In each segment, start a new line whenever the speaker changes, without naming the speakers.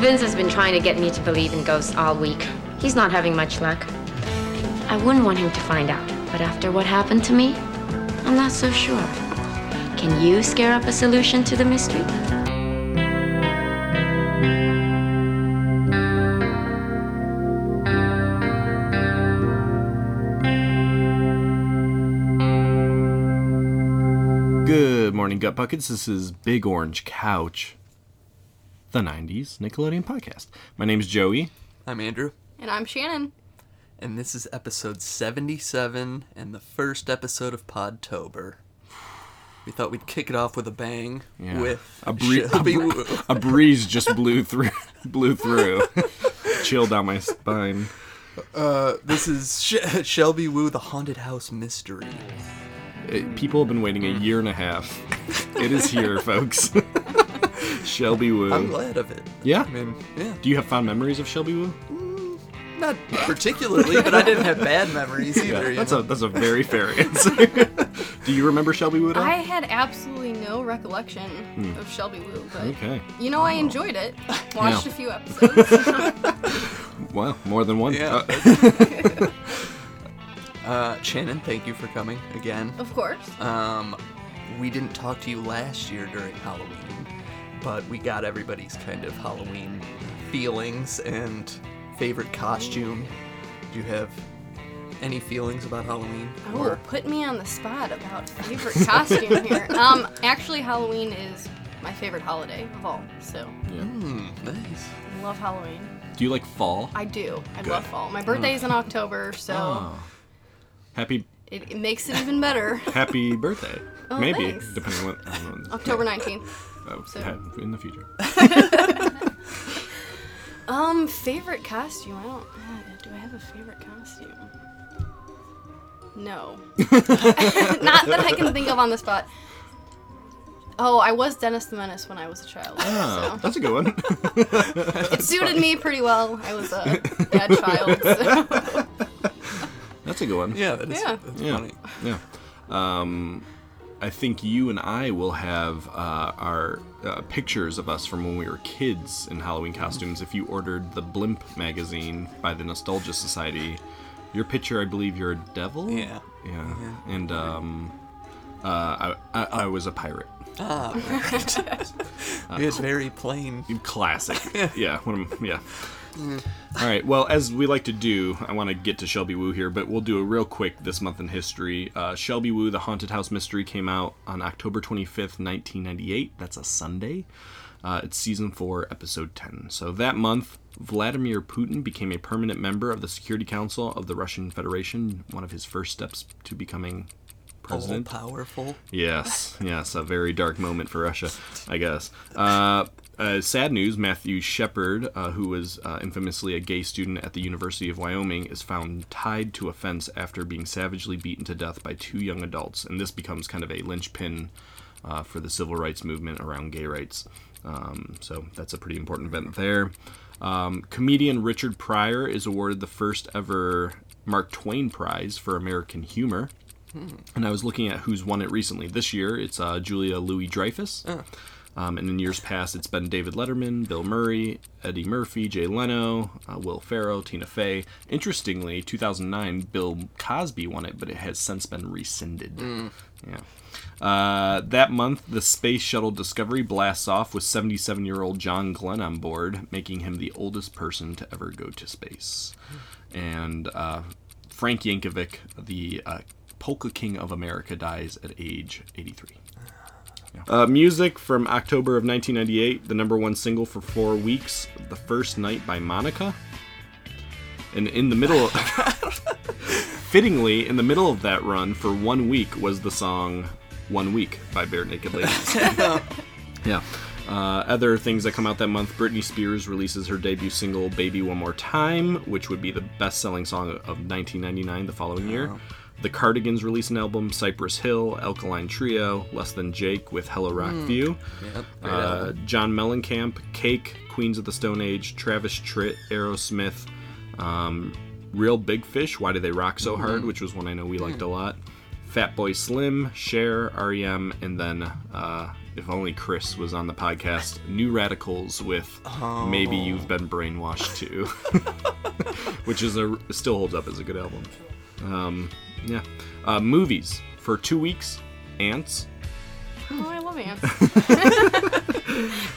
Vince has been trying to get me to believe in ghosts all week. He's not having much luck. I wouldn't want him to find out, but after what happened to me, I'm not so sure. Can you scare up a solution to the mystery?
Good morning, Gut Buckets. This is Big Orange Couch, the 90s Nickelodeon podcast. My name's Joey.
I'm Andrew,
And I'm Shannon.
and this is episode 77 and the first episode of Podtober. We thought we'd kick it off with a bang
Yeah.
with
a, bree- a,
Shelby
br-
Woo.
a breeze just blew through, blew through, chill down my spine.
This is Sh- Shelby Woo, the haunted house mystery.
It- Uh, people have been waiting a year and a half. It is here, folks. Shelby Woo.
I'm glad of it.
Yeah.
I mean, yeah,
Do you have fond memories of Shelby Woo?
not particularly, but I didn't have bad memories either. you
That's
know?
a that's a very fair answer. Do you remember Shelby Woo? at all?
I had absolutely no recollection of Shelby Woo, but
Okay.
you know I enjoyed it. Watched
Yeah.
a few episodes.
Wow, more than one.
Yeah.
Uh,
uh, Shannon, thank you for coming again.
of course.
Uh,
Um, we didn't talk to you last year during Halloween, but we got everybody's kind of Halloween feelings and favorite costume. Do you have any feelings about Halloween?
Oh, put me on the spot about favorite costume here. Um, actually, Halloween is my favorite holiday of all, so
Hmm, nice.
I love Halloween.
do you like fall?
I do. I love fall.
Hmm.
My birthday is in October, so
Oh. Happy
it, it makes it even better.
happy birthday.
Oh,
Maybe
thanks.
depending on what- I don't know.
October 19th.
Oh,
so-
yeah, in the future.
Um, favorite costume? I don't. uh, Do I have a favorite costume? No. Not that I can think of on the spot. Oh, I was Dennis the Menace when I was a child.
Oh, that's a good one.
so it suited me pretty well. I was a bad child. so-
That's a good one.
Yeah, that is
Yeah.
That's
Yeah.
funny.
Yeah. Um, I think you and I will have uh, our uh, pictures of us from when we were kids in Halloween costumes. If you ordered the Blimp magazine by the Nostalgia Society, your picture, I believe, you're a devil.
Yeah.
Yeah. And um, uh, I, I, I was a pirate.
Ah, right. we had very plain.
Classic. yeah. One of 'em- yeah. All right. Well, as we like to do, I want to get to Shelby Woo here, but we'll do a real quick this month in history. Uh, Shelby Woo: The Haunted House Mystery came out on October 25th, 1998. That's a Sunday. Uh, it's season four, episode 10. So that month, Vladimir Putin became a permanent member of the Security Council of the Russian Federation. One of his first steps to becoming
All
president.
powerful.
Yes, yes, a very dark moment for Russia, I guess. Uh, uh, sad news: Matthew Shepard, uh, who was uh, infamously a gay student at the University of Wyoming, is found tied to a fence after being savagely beaten to death by two young adults, and this becomes kind of a linchpin uh, for the civil rights movement around gay rights. Um, so that's a pretty important event there. Um, comedian Richard Pryor is awarded the first ever Mark Twain Prize for American humor. And I was looking at who's won it recently. This year, it's uh, Julia Louis Dreyfus. Um, and in years past, it's been David Letterman, Bill Murray, Eddie Murphy, Jay Leno, uh, Will Ferrell, Tina Fey. Interestingly, 2009, Bill Cosby won it, but it has since been rescinded. Yeah. Uh, that month, the space shuttle Discovery blasts off with 77 year old John Glenn on board, making him the oldest person to ever go to space. And uh, Frank Yankovic, the uh, polka king of America, dies at age 83. Uh, music from October of 1998, the number one single for four weeks, "The First Night" by Monica. And in the middle, fittingly, in the middle of that run for one week was the song "One Week" by Bare Naked Ladies. yeah. Uh, other things that come out that month: Britney Spears releases her debut single "Baby One More Time," which would be the best-selling song of 1999 the following year. The Cardigans release an album, Cypress Hill, Alkaline Trio, Less Than Jake with Hello Rock View.
Yep, great
Uh,
album.
John Mellencamp, Cake, Queens of the Stone Age, Travis Tritt, Aerosmith, um, Real Big Fish, Why Do They Rock So Hard, which was one I know we liked a lot. Fatboy Slim, Cher, REM, and E then uh, if only Chris was on the podcast, New Radicals with Maybe You've Been Brainwashed Too, which is a still holds up as a good album. Um, yeah, uh, movies for two weeks. Ants.
Oh, I love ants.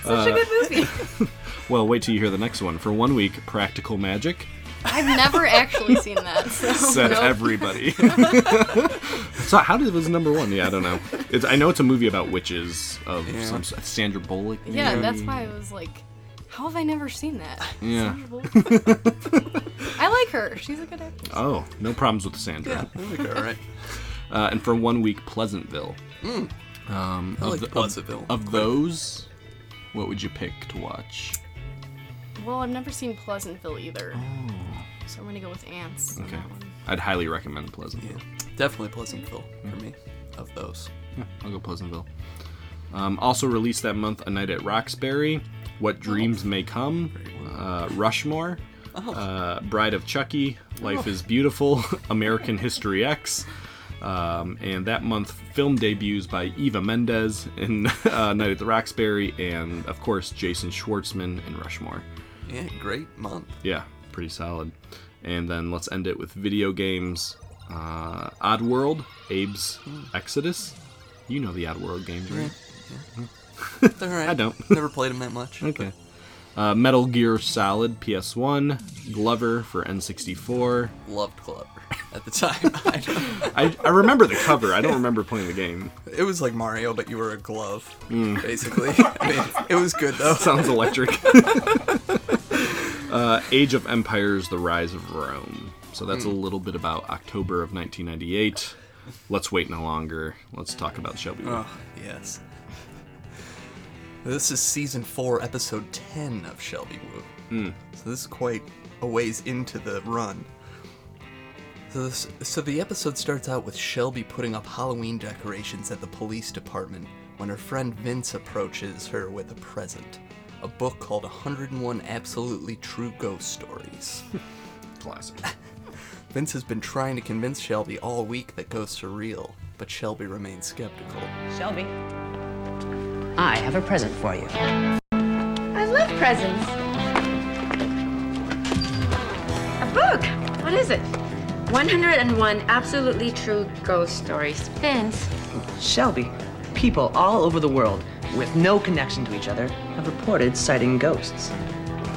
Such a good movie.
Well, wait till you hear the next one. For one week, Practical Magic.
I've never actually seen that. So
said
no.
everybody. so how did it was number one? Yeah, I don't know. It's, I know it's a movie about witches of
Yeah.
some s- Sandra Bullock.
Yeah,
maybe?
that's why I was like, how have I never seen that?
Yeah.
I like her. She's a good actress.
Oh, no problems with Sandra.
Yeah, I think all right.
Uh, and for one week, Pleasantville. Um,
I
of
like
the- of-
Pleasantville.
Of, those, what would you pick to watch?
Well, I've never seen Pleasantville either.
Oh.
So I'm gonna go with ants. on
Okay,
that one.
I'd highly recommend Pleasantville.
Um, Yeah, definitely Pleasantville for me. Of those,
Yeah, I'll go Pleasantville. Um, also released that month, A Night at Roxbury, What Dreams May Come, uh, Rushmore, uh, Bride of Chucky, Life is Beautiful, American History X. Um, and that month, film debuts by Eva Mendes in uh, Night at the Roxbury, and of course, Jason Schwartzman in Rushmore.
yeah, great month.
Yeah, pretty solid. And then let's end it with video games. Uh, Oddworld, Abe's Exodus. You know the Oddworld games, right?
They're all right.
I don't.
Never played them that much.
Okay. Uh, Metal Gear Solid PS1, Glover for N64.
but Loved Glover at the time. I know.
I, I remember the cover. I don't remember playing the game.
It was like Mario, but you were a glove, basically. I mean, it was good though.
Sounds electric. uh, Age of Empires: The Rise of Rome. So that's a little bit about October of 1998. Let's wait no longer. Let's talk about Shelby.
Oh, yes. This is season four, episode ten of Shelby Woo. So this is quite a ways into the run. So, this, so the episode starts out with Shelby putting up Halloween decorations at the police department when her friend Vince approaches her with a present, a book called 101 Absolutely True Ghost Stories.
Classic.
Vince has been trying to convince Shelby all week that ghosts are real, but Shelby remains skeptical.
Shelby. I have a present for you.
I love presents. A book. What is it? 101 absolutely true ghost stories. Vince.
Shelby, people all over the world with no connection to each other have reported sighting ghosts.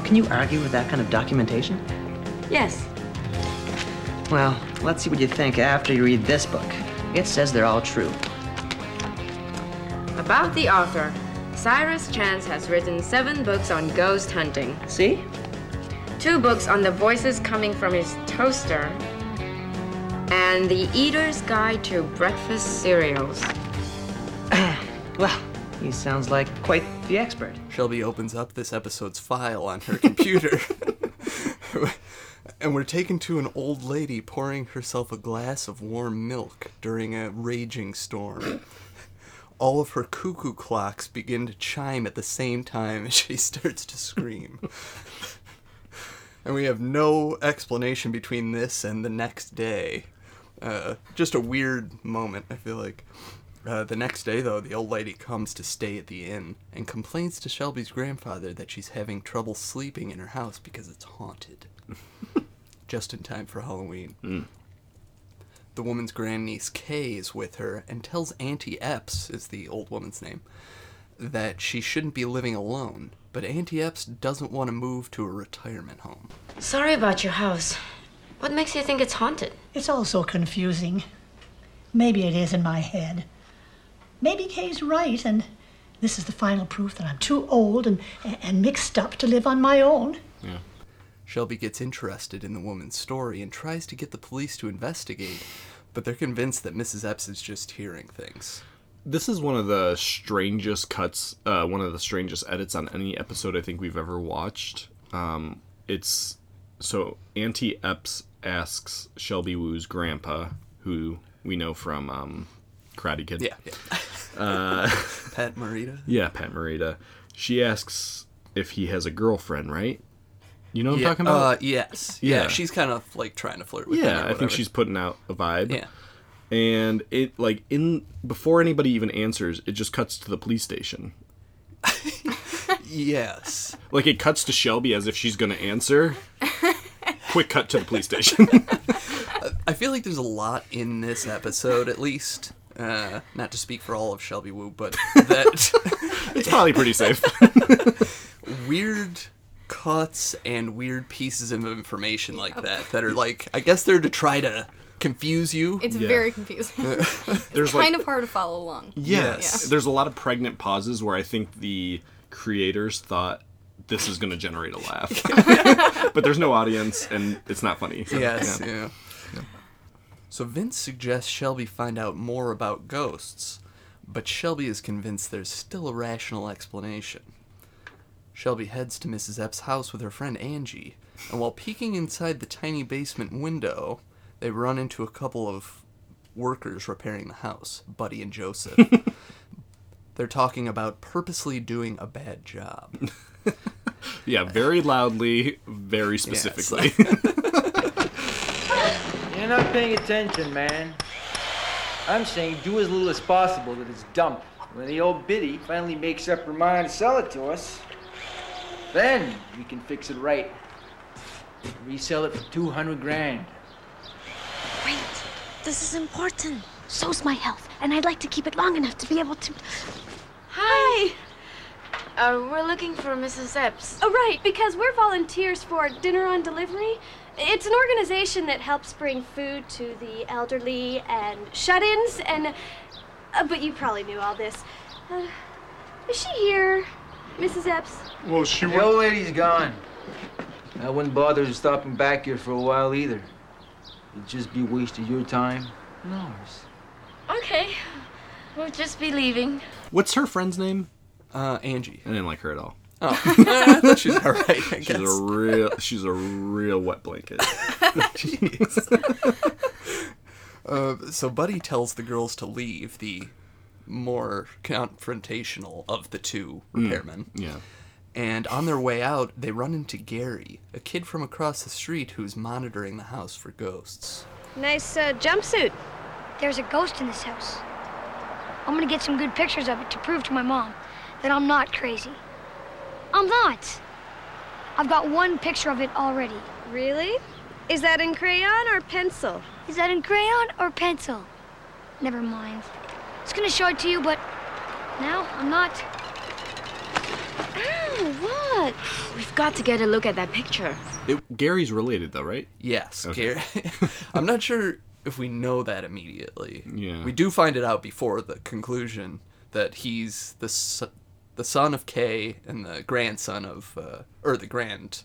Can you argue with that kind of documentation?
Yes.
Well, let's see what you think after you read this book. It says they're all true.
About the author. Cyrus Chance has written seven books on ghost hunting,
See?
two books on the voices coming from his toaster, and The Eater's Guide to Breakfast Cereals.
Well, he sounds like quite the expert.
Shelby opens up this episode's file on her computer. and we're taken to an old lady pouring herself a glass of warm milk during a raging storm. All of her cuckoo clocks begin to chime at the same time as she starts to scream. and we have no explanation between this and the next day. Uh, just a weird moment, I feel like. Uh, the next day, though, the old lady comes to stay at the inn and complains to Shelby's grandfather that she's having trouble sleeping in her house because it's haunted. Just in time for Halloween. The woman's grandniece Kay is with her and tells Auntie Epps, is the old woman's name, that she shouldn't be living alone. But Auntie Epps doesn't want to move to a retirement home.
Sorry about your house. What makes you think it's haunted?
It's all so confusing. Maybe it is in my head. Maybe Kay's right, and this is the final proof that I'm too old and, and mixed up to live on my own.
Shelby gets interested in the woman's story and tries to get the police to investigate, but they're convinced that Mrs. Epps is just hearing things.
This is one of the strangest cuts, uh, one of the strangest edits on any episode I think we've ever watched. Um, it's so Auntie Epps asks Shelby Woo's grandpa, who we know from um, Karate Kid.
Yeah. yeah. Pat Morita.
Yeah, Pat Morita. She asks if he has a girlfriend, right? You know what
yeah.
I'm talking about?
Uh, yes. Yeah.
Yeah.
She's kind of like trying to flirt with him.
yeah,
or
I think
whatever.
she's putting out a vibe.
Yeah.
and it like in before anybody even answers, it just cuts to the police station.
Yes.
Like it cuts to Shelby as if she's gonna answer. Quick cut to the police station.
I feel like there's a lot in this episode, at least. Uh, not to speak for all of Shelby Woo, but that
it's probably pretty safe.
weird cuts and weird pieces of information like that that are like I guess they're to try to confuse you.
It's
Yeah.
very confusing.
There's like
kind of hard to follow along.
Yes.
Yeah.
There's a lot of pregnant pauses where I think the creators thought this is going to generate a laugh. but there's no audience and it's not funny. So,
yes.
yeah.
Yeah. So Vince suggests Shelby find out more about ghosts, but Shelby is convinced there's still a rational explanation. Shelby heads to Mrs. Epp's house with her friend Angie, and while peeking inside the tiny basement window, they run into a couple of workers repairing the house, Buddy and Joseph. They're talking about purposely doing a bad job.
Yeah, very loudly, very
it's
specifically.
You're not paying attention, man. I'm saying do as little as possible to this dump. When the old biddy finally makes up her mind to sell it to us, then we can fix it right. Resell it for 200 grand.
Wait, this is important. So's my health, and I'd like to keep it long enough to be able to.
Hi. Uh, we're looking for Mrs. Epps.
Oh, right, because we're volunteers for Dinner on Delivery. It's an organization that helps bring food to the elderly and shut ins, and. Uh, but you probably knew all this. Uh, is she here, Mrs. Epps?
Well, she
The old lady's gone. I wouldn't bother stopping back here for a while either. It'd just be wasted your time and ours.
Okay. We'll just be leaving.
What's her friend's name?
Uh, Angie.
I didn't like her at all.
She's all right, I guess.
She's a real she's a real wet blanket.
Uh, So Buddy tells the girls to leave, the more confrontational of the two repairmen.
Yeah.
And on their way out, they run into Gary, a kid from across the street who's monitoring the house for ghosts.
Nice uh, jumpsuit.
There's a ghost in this house. I'm gonna get some good pictures of it to prove to my mom that I'm not crazy. I'm not. I've got one picture of it already.
Really? Is that in crayon or pencil?
Is that in crayon or pencil? Never mind. I was gonna show it to you, but now I'm not.
Ow, look.
We've got to get a look at that picture.
It, Gary's related though, right?
Yes, Gary. I'm not sure if we know that immediately.
Yeah.
We do find it out before the conclusion that he's the s the son of Kay and the grandson of, uh, or the grand.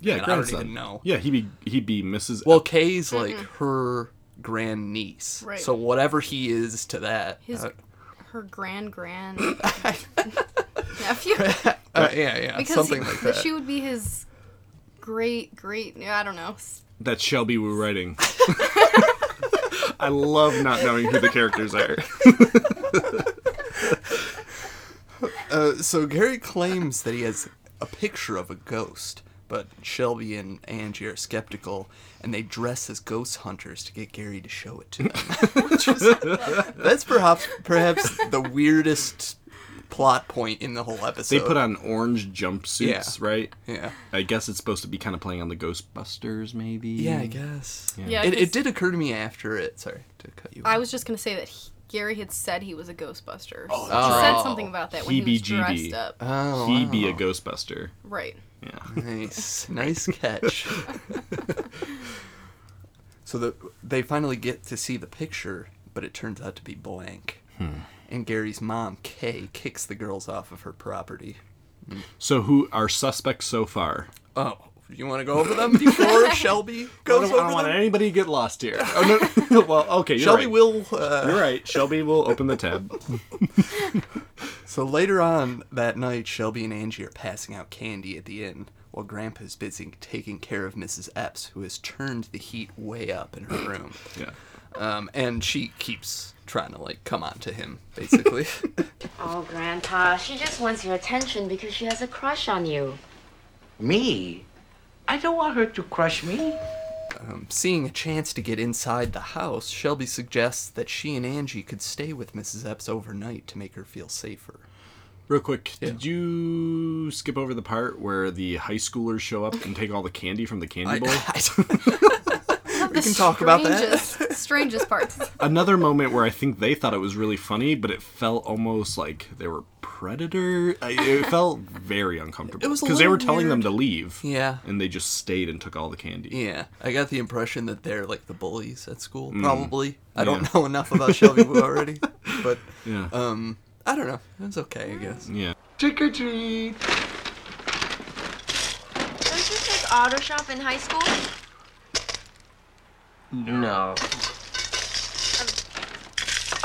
Yeah,
Man, I don't
grandson.
even know.
Yeah, he'd be he'd be Mrs.
Well, Kay's like her grand niece.
Mm-hmm. Right.
So whatever he is to that.
His
uh,
her grand grand nephew
Uh, yeah, yeah,
because
something
he-
like that.
she would be his great great I don't know s-
That's Shelby Wu writing. I love not knowing who the characters are.
So Gary claims that he has a picture of a ghost, but Shelby and Angie are skeptical, and they dress as ghost hunters to get Gary to show it to them. Which is- that's perhaps perhaps the weirdest plot point in the whole episode.
They put on orange jumpsuits,
Yeah.
right?
yeah,
I guess it's supposed to be kind of playing on the Ghostbusters, maybe.
Mm. yeah, I guess.
yeah
It,
'cause
it did occur to me after it. Sorry to cut you.
I
off.
was just gonna say that he, Gary had said he was a Ghostbuster oh, he
right.
said something about that when he was
Heebie-jeebie.
dressed up
Oh,
He
wow.
be a Ghostbuster.
right
Yeah.
Nice, nice catch. so the, they finally get to see the picture, but it turns out to be blank.
Hmm.
And Gary's mom, Kay, kicks the girls off of her property.
So who are suspects so far?
Oh, you want to go over them before Shelby
I
goes
don't,
over
I don't want
them?
anybody to get lost here. Oh, no. well, okay, you're
Shelby
right.
will. Uh,
You're right. Shelby will open the tab.
so later on that night, Shelby and Angie are passing out candy at the inn while Grandpa's busy taking care of Mrs. Epps, who has turned the heat way up in her room.
Yeah.
Um, and she keeps trying to like come on to him, basically.
Oh, Grandpa, she just wants your attention because she has a crush on you.
Me? I don't want her to crush me.
Um, seeing a chance to get inside the house, Shelby suggests that she and Angie could stay with Mrs. Epps overnight to make her feel safer.
Real quick, did you skip over the part where the high schoolers show up and take all the candy from the candy
I,
bowl?
we can talk about that.
Strangest, strangest parts.
Another moment where I think they thought it was really funny, but it felt almost like they were predator. I- It felt very uncomfortable
It was a
they were
little
telling them
weird.
to leave.
Yeah.
and they just stayed and took all the candy.
Yeah, I got the impression that they're like the bullies at school. Probably, I
Mm. Yeah.
don't know enough about Shelby Woo already, but
Yeah.
um, I don't know. It was okay, I guess.
yeah.
Trick or treat!
Don't you take auto shop in high school?
No.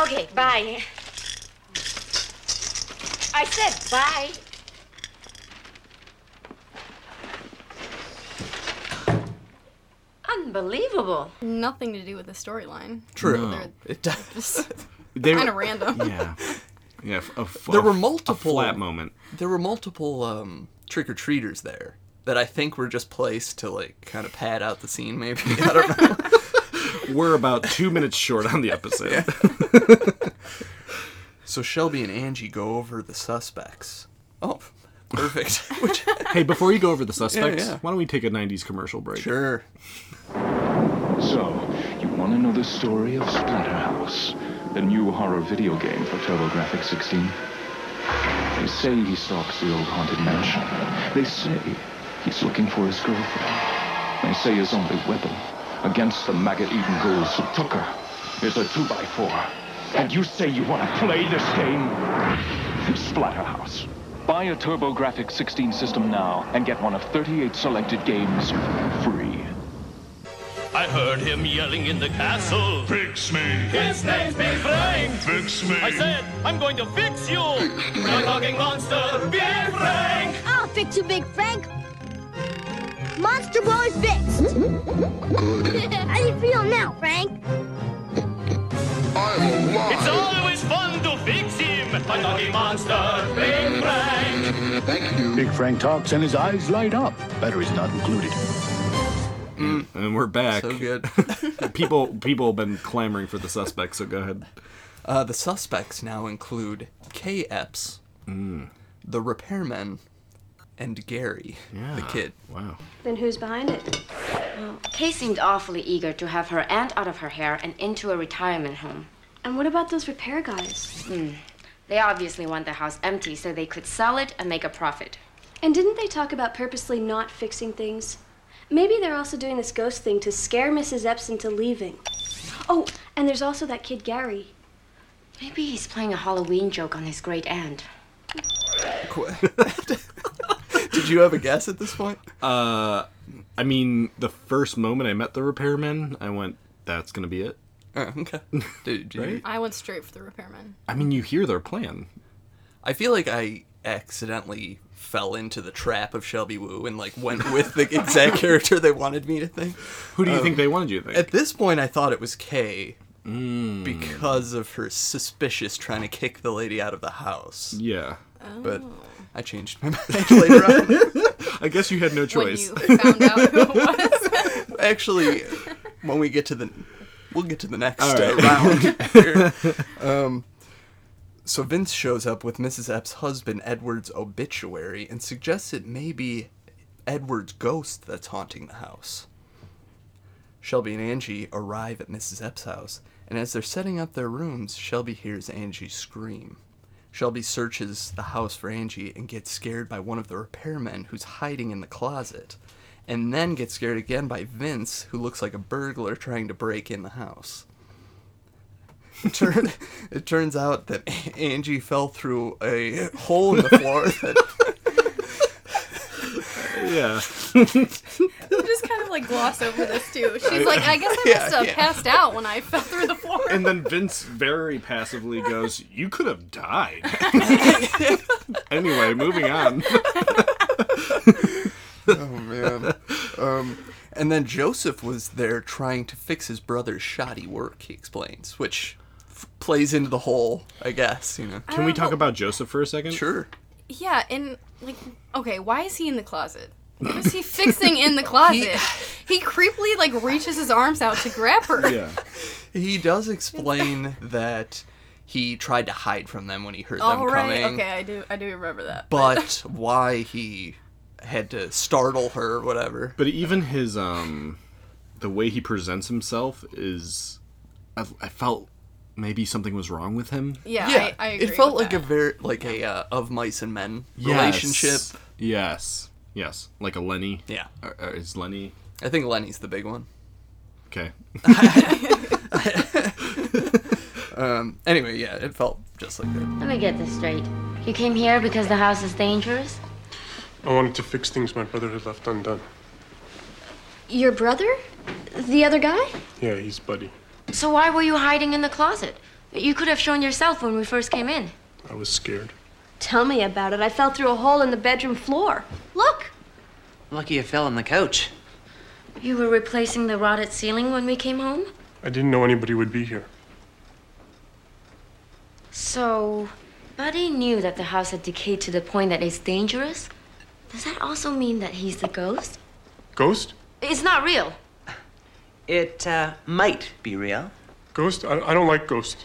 Okay, bye. I said bye. Unbelievable.
Nothing to do with the storyline.
True.
No.
It does.
They
Kind
were-
of random.
Yeah. Yeah, f- a f-
There
a
were
f- a
multiple-
flat moment.
there were multiple um, trick or treaters there that I think were just placed to like kind of pad out the scene. Maybe I don't know.
We're about two minutes short on the episode.
so Shelby and Angie go over the suspects. Oh, perfect. Which
Hey, before you go over the suspects,
yeah.
why don't we take a '90s commercial break?
sure.
So, you want to know the story of Splatterhouse, the new horror video game for TurboGrafx 16? They say he stalks the old haunted mansion. They say he's looking for his girlfriend. They say his only weapon against the maggot-eaten ghouls who took her is a 2x4. And you say you want to play this game? Splatterhouse. Buy a TurboGrafx 16 system now and get one of 38 selected games free.
I heard him yelling in the castle. Fix me. His name's Big Brain. Fix me. I said, I'm going to fix you. No talking monster. Big Brain.
I'll fix you, Big Frank. Monster Ball is fixed. How do you feel now, Frank?
It's always fun to fix him. No talking monster. Big Brain.
Big Frank talks and his eyes light up. Batteries not included.
And we're back.
So good.
People, people have been clamoring for the suspects. So go ahead.
Uh, the suspects now include K. Epps, the repairman, and Gary, the kid.
Wow.
Then who's behind it?
Kay seemed awfully eager to have her aunt out of her hair and into a retirement home.
And what about those repair guys?
They obviously want the house empty so they could sell it and make a profit.
And didn't they talk about purposely not fixing things? Maybe they're also doing this ghost thing to scare Mrs. Epps into leaving. Oh, and there's also that kid Gary.
Maybe he's playing a Halloween joke on his great aunt.
Qu- Did you have a guess at this point?
I mean, the first moment I met the repairman, I went, "That's gonna be it."
Oh, okay. Did, did you-
Right?
I went straight for the repairman.
I mean, you hear their plan.
I feel like I accidentally fell into the trap of Shelby Woo and like went with the exact character they wanted me to think.
Who do you think they wanted you to think?
Oh. At this point, I thought it was Kay because of her suspicious trying to kick the lady out of the house,
yeah.
but I changed my mind later on.
I guess you had no choice.
When you found out who it was.
actually when we get to the we'll get to the next
All right.
uh, round here. um so Vince shows up with Mrs. Epps' husband Edward's obituary and suggests it may be Edward's ghost that's haunting the house. Shelby and Angie arrive at Mrs. Epps' house, and as they're setting up their rooms, Shelby hears Angie scream. Shelby searches the house for Angie and gets scared by one of the repairmen who's hiding in the closet, and then gets scared again by Vince, who looks like a burglar trying to break in the house. It, turn, it turns out that Angie fell through a hole in the floor that
yeah.
We just kind of like gloss over this too. She's like, I guess I
Yeah,
must have
yeah.
passed out when I fell through the floor.
And then Vince very passively goes, "You could have died." anyway, moving on.
man. Um, and then Joseph was there trying to fix his brother's shoddy work. He explains, which f- plays into the whole, I guess. You know,
Can we talk about Joseph for a second?
sure.
Yeah, and like, okay, why is he in the closet? What is he fixing in the closet? He, He creepily like reaches his arms out to grab her.
He does explain that he tried to hide from them when he heard
All
them
Oh, right.
coming.
Okay, I do. I do remember that.
But why he had to startle her, whatever.
But even his um, the way he presents himself is, I, I felt maybe something was wrong with him.
Yeah, I, I agree.
it felt
with
like a very like a uh, of mice and men
Yes.
relationship.
Yes. Yes. Like a Lenny.
Yeah.
Or- or is Lenny
I think Lenny's the big one.
okay?
Um. Anyway, yeah, it felt just like that.
Let me get this straight. You came here because the house is dangerous?
I wanted to fix things my brother had left undone.
Your brother? The other guy?
Yeah, he's Buddy.
So why were you hiding in the closet? You could have shown yourself when we first came in.
I was scared.
Tell me about it. I fell through a hole in the bedroom floor. Look!
Lucky you fell on the couch.
You were replacing the rotted ceiling when we came home?
I didn't know anybody would be here.
So, Buddy knew that the house had decayed to the point that it's dangerous? Does that also mean that he's the ghost?
Ghost?
It's not real.
It uh, might be real.
Ghost? I, I don't like ghosts.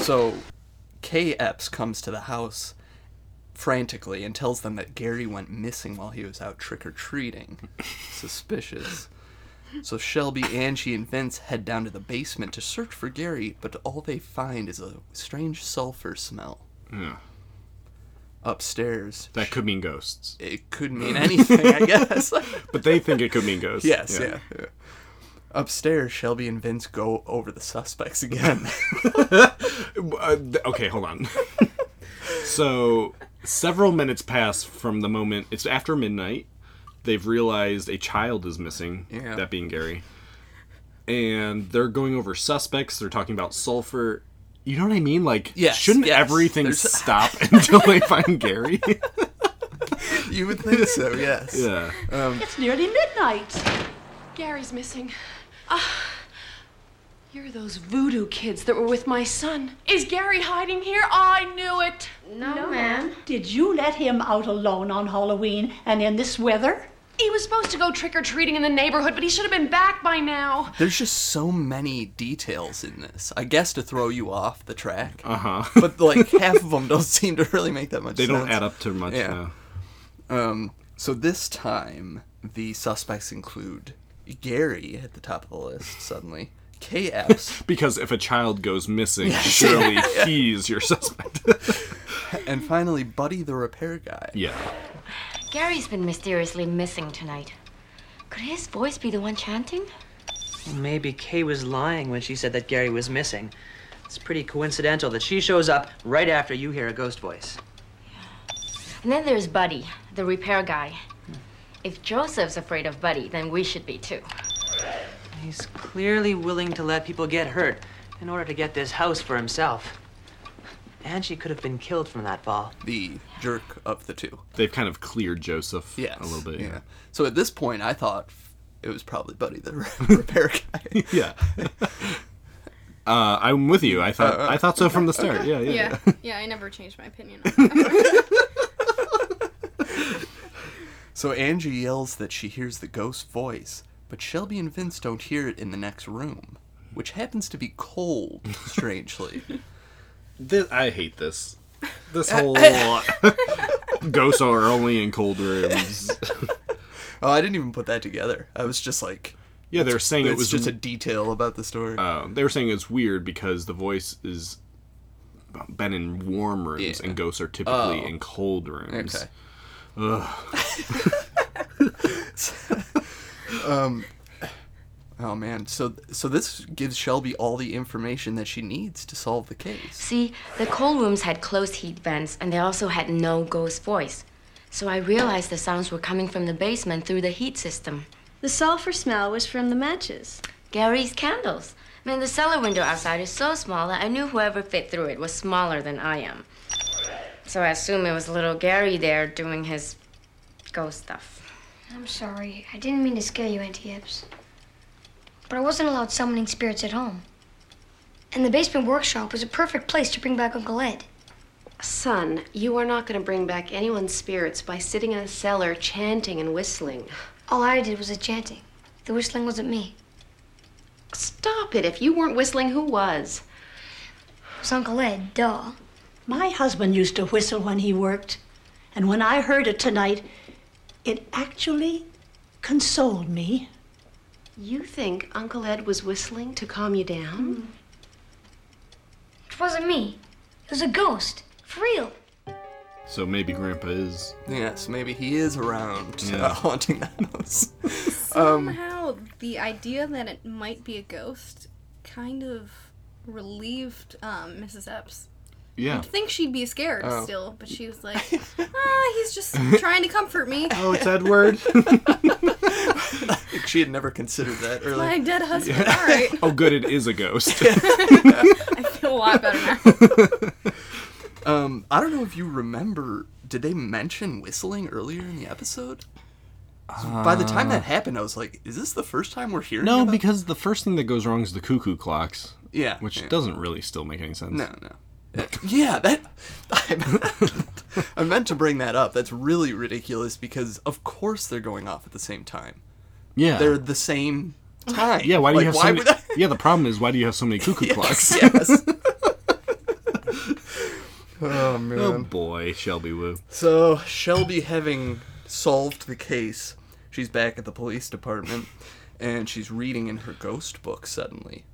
So, Kay Epps comes to the house frantically and tells them that Gary went missing while he was out trick or treating. Suspicious. So Shelby, Angie, and Vince head down to the basement to search for Gary, but all they find is a strange sulfur smell.
Yeah.
Upstairs,
That could mean ghosts.
It could mean anything, I guess.
but they think it could mean ghosts.
Yes, yeah. yeah. Upstairs, Shelby and Vince go over the suspects again.
Uh, th- okay, hold on. so, several minutes pass from the moment it's after midnight. They've realized a child is missing,
Yeah.
that being Gary. And they're going over suspects, they're talking about sulfur. You know what I mean? Like,
Yes,
shouldn't
yes.
everything
There's-
stop until they find Gary?
you would think so, yes.
yeah.
It's nearly midnight. Gary's missing. Ah, you're those voodoo kids that were with my son. Is Gary hiding here? I knew it.
No, ma'am.
Did you let him out alone on Halloween and in this weather?
He was supposed to go trick or treating in the neighborhood, but he should have been back by now.
There's just so many details in this. I guess to throw you off the track.
Uh huh.
But like half of them don't seem to really make that much
They
sense.
don't add up to much
Yeah. Um so this time the suspects include Gary at the top of the list suddenly. K Epps
Because if a child goes missing, surely he's your suspect.
and finally Buddy the repair guy.
yeah.
Gary's been mysteriously missing tonight. Could his voice be the one chanting?
Maybe Kay was lying when she said that Gary was missing. It's pretty coincidental that she shows up right after you hear a ghost voice.
And then there's Buddy, the repair guy. If Joseph's afraid of Buddy, then we should be too.
He's clearly willing to let people get hurt in order to get this house for himself. And she could have been killed from that fall.
The jerk of the two.
They've kind of cleared Joseph
Yes.
a little bit.
Yeah. So at this point I thought it was probably Buddy the repair guy.
yeah. Uh, I'm with you. I thought I thought so from the start. Yeah, yeah.
Yeah,
yeah.
yeah. I never changed my opinion. On that.
So Angie yells that she hears the ghost voice, but Shelby and Vince don't hear it in the next room, which happens to be cold, strangely.
Thi- I hate this. This whole ghosts are only in cold rooms.
oh, I didn't even put that together. I was just like,
Yeah, they were saying
it's
it was
just a detail about the story.
uh, they were saying it's weird because the voice is been in warm rooms
Yeah.
and ghosts are typically
Oh.
in cold rooms.
Okay.
Ugh.
Um, oh man, so so this gives Shelby all the information that she needs to solve the case.
See, the cold rooms had closed heat vents and they also had no ghost voice. So I realized the sounds were coming from the basement through the heat system.
The sulfur smell was from the matches.
Gary's candles. I mean, the cellar window outside is so small that I knew whoever fit through it was smaller than I am. So I assume it was little Gary there doing his ghost stuff.
I'm sorry. I didn't mean to scare you, Auntie Epps. But I wasn't allowed summoning spirits at home. And the basement workshop was a perfect place to bring back Uncle Ed.
Son, you are not going to bring back anyone's spirits by sitting in a cellar chanting and whistling.
All I did was the chanting. The whistling wasn't me.
Stop it. If you weren't whistling, who was?
It was Uncle Ed, duh. My husband used to whistle when he worked, and when I heard it tonight, it actually consoled me.
You think Uncle Ed was whistling to calm you down?
It wasn't me. It was a ghost. For real.
So maybe Grandpa is.
Yes, maybe he is around uh,
Yeah.
haunting that house. um,
Somehow, the idea that it might be a ghost kind of relieved um, Mrs. Epps.
Yeah.
You'd think she'd be scared
Oh.
still, but she was like, ah, he's just trying to comfort me.
Oh, it's Edward.
she had never considered that earlier.
My dead husband, all right.
oh, good. It is a ghost.
I feel a lot better now.
um, I don't know if you remember. Did they mention whistling earlier in the episode? By the time that
Uh,
happened, I was like, "Is this the first time we're hearing?"
No,
about
because the first thing that goes wrong is the cuckoo clocks.
Yeah,
Which
yeah.
doesn't really still make any sense.
No, no. yeah, that I, I meant to bring that up. That's really ridiculous because of course they're going off at the same time.
Yeah.
They're the same time.
Yeah, why do
Like,
you have
why
so many?
would I-
Yeah, the problem is why do you have so many cuckoo
Yes,
clocks?
yes. Oh man.
Oh boy, Shelby Woo.
So, Shelby having solved the case, she's back at the police department and she's reading in her ghost book suddenly.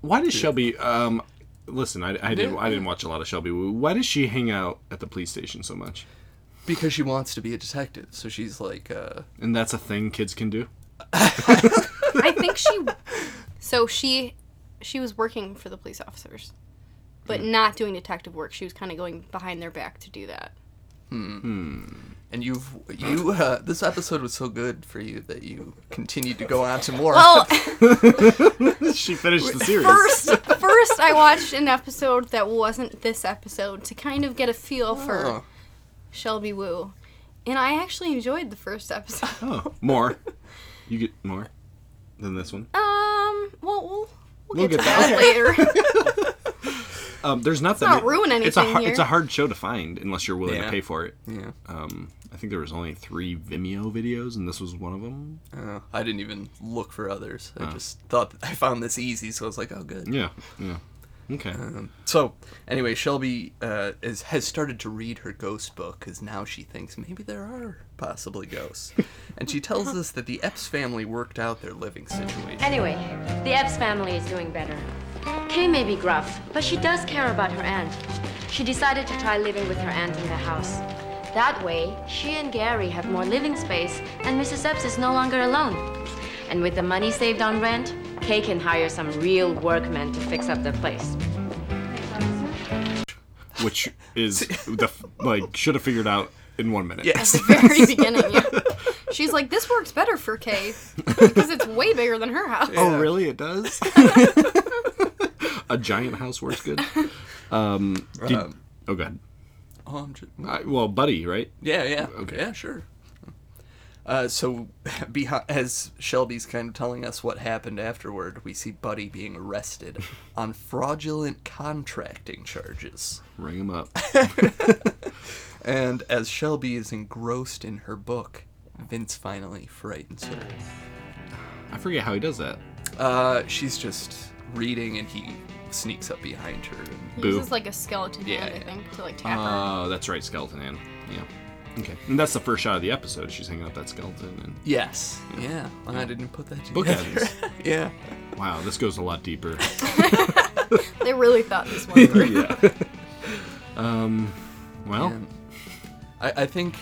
Why does Shelby? Um, listen, I, I did.
Yeah,
I didn't
yeah.
watch a lot of Shelby Woo. Why does she hang out at the police station so much?
Because she wants to be a detective. So she's like uh
And that's a thing kids can do.
I think she. So she, she was working for the police officers, but
Hmm.
not doing detective work. She was kind of going behind their back to do that.
Hmm. And you've you uh, this episode was so good for you that you continued to go on to more.
Well-
she finished the series.
First, first I watched an episode that wasn't this episode to kind of get a feel for
Oh.
Shelby Woo, and I actually enjoyed the first episode.
Oh, more. You get more than this one.
Um, well, we'll, we'll,
We'll get
get, to that
that.
later.
Um, there's not
Let's
that.
not
many-
ruin
It's a
anything
hard,
here.
it's a hard show to find unless you're willing
Yeah.
to pay for it.
Yeah.
Um, I think there was only three Vimeo videos, and this was one of them.
Oh, I didn't even look for others. I
Oh.
just thought I found this easy, so I was like, "Oh, good."
Yeah, yeah. Okay.
Um, so, anyway, Shelby uh, is, has started to read her ghost book because now she thinks maybe there are possibly ghosts, and she tells us that the Epps family worked out their living situation.
Anyway, the Epps family is doing better. Kay may be gruff, but she does care about her aunt. She decided to try living with her aunt in the house. That way, she and Gary have more living space, and Mrs. Epps is no longer alone. And with the money saved on rent, Kay can hire some real workmen to fix up the place.
Which is the f- like should have figured out in one minute.
At the very beginning, yeah. She's like, this works better for Kay because it's way bigger than her house.
Oh, really? It does. a giant house works good. Um, did-
Um,
oh god.
Oh, I'm ju-
I, well, buddy, right?
Yeah, yeah.
Okay.
Yeah, sure. Uh, so, behi- as Shelby's kind of telling us what happened afterward, we see Buddy being arrested on fraudulent contracting charges.
Ring him up.
and as Shelby is engrossed in her book, Vince finally frightens her.
I forget how he does that.
Uh, she's just reading, and he sneaks up behind her. And
He uses like a skeleton hand, I think, to like tap her.
Oh, that's right, skeleton hand. Yeah. Okay. And that's the first shot of the episode. She's hanging up that skeleton and
Yes. Yeah. I didn't put that
book
together.
editors.
yeah.
Wow, this goes a lot deeper.
They really thought this one over.
yeah. Um. Well.
And I, I think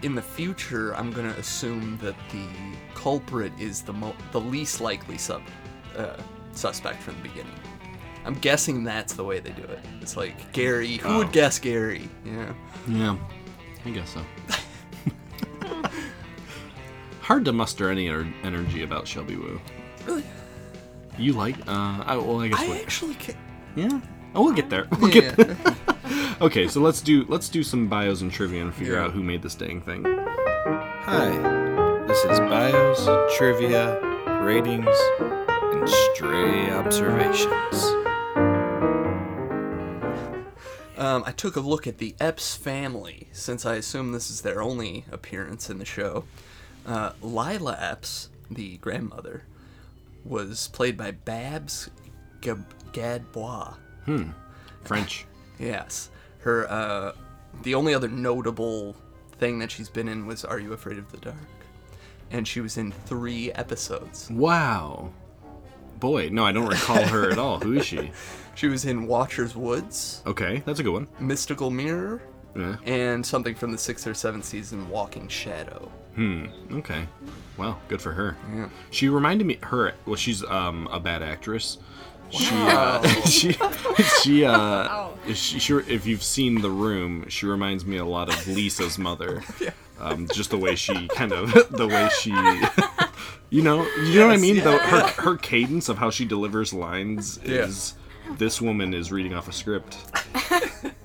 in the future, I'm going to assume that the culprit is the mo- the least likely sub uh, suspect from the beginning. I'm guessing that's the way they do it. It's like Gary. Who
Oh.
would guess Gary? Yeah.
Yeah, I guess so. Hard to muster any er- energy about Shelby Woo.
Really?
You like? Uh, I, well, I guess.
I
we'll-
actually ca-
Yeah. Oh, we'll get there. We'll
Yeah,
get there. okay, so let's do let's do some bios and trivia and figure
Yeah.
out who made this dang thing.
Hi, this is bios, trivia, ratings, and stray observations.
um, I took a look at the Epps family, since I assume this is their only appearance in the show. Uh, Lila Epps, the grandmother, was played by Babs Gab- Gadbois.
Hmm. French.
Yes. Her uh the only other notable thing that she's been in was Are You Afraid of the Dark? And she was in 3 episodes.
Wow. Boy, no, I don't recall her at all. Who is she?
She was in Watcher's Woods,
Okay, that's a good one.
Mystical Mirror,
Yeah.
and something from the 6th or 7th season Walking Shadow.
Hmm. Okay. Wow. Good for her. Yeah. She reminded me. Her. Well, she's um a bad actress. She. Uh, she. She. Uh, she, she. If you've seen The Room, she reminds me a lot of Lisa's mother. yeah. Um, just the way she kind of the way she. You know. You know what I
Yes,
mean? The,
yeah.
her her cadence of how she delivers lines
Yeah.
is. This woman is reading off a script.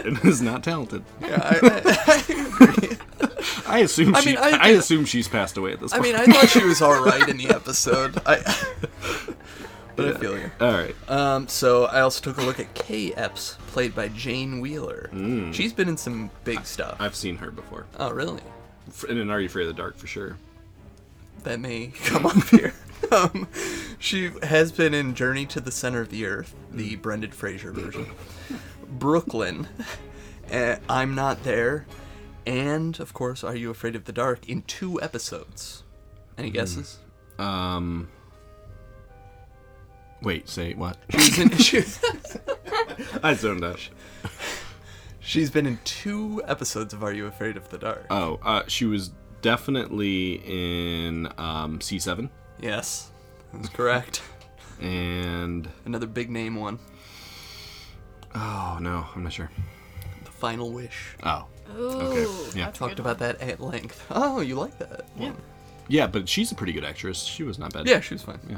and is not talented.
Yeah, I-
I assume
I
she.
mean,
I,
I-
assume she's passed away at this
I
point.
mean, I thought she was all right in the episode. I But I
Yeah.
feel you.
All right.
Um, so I also took a look at Kay Epps, played by Jane Wheeler. She's been in some big stuff.
Mm. I've seen her before.
Oh, really?
F- In an Are You Afraid of the Dark, for sure.
that may come up here. Um, she has been in Journey to the Center of the Earth, the
Mm.
Brendan Fraser version, Brooklyn, uh, I'm Not There, and of course, Are You Afraid of the Dark in two episodes.
Mm.
Any guesses?
Um. Wait, say what?
She's in, she,
I zoned out.
she's been in two episodes of Are You Afraid of the Dark?
Oh, uh, she was definitely in um, C7
Yes, that's correct.
and.
Another big name one,
Oh, no, I'm not sure.
The Final Wish.
Oh.
Ooh,
Yeah.
talked about that at length. Oh, you like that? Yeah.
Yeah, but she's a pretty good actress. She was not bad.
Yeah, she was fine.
Yeah.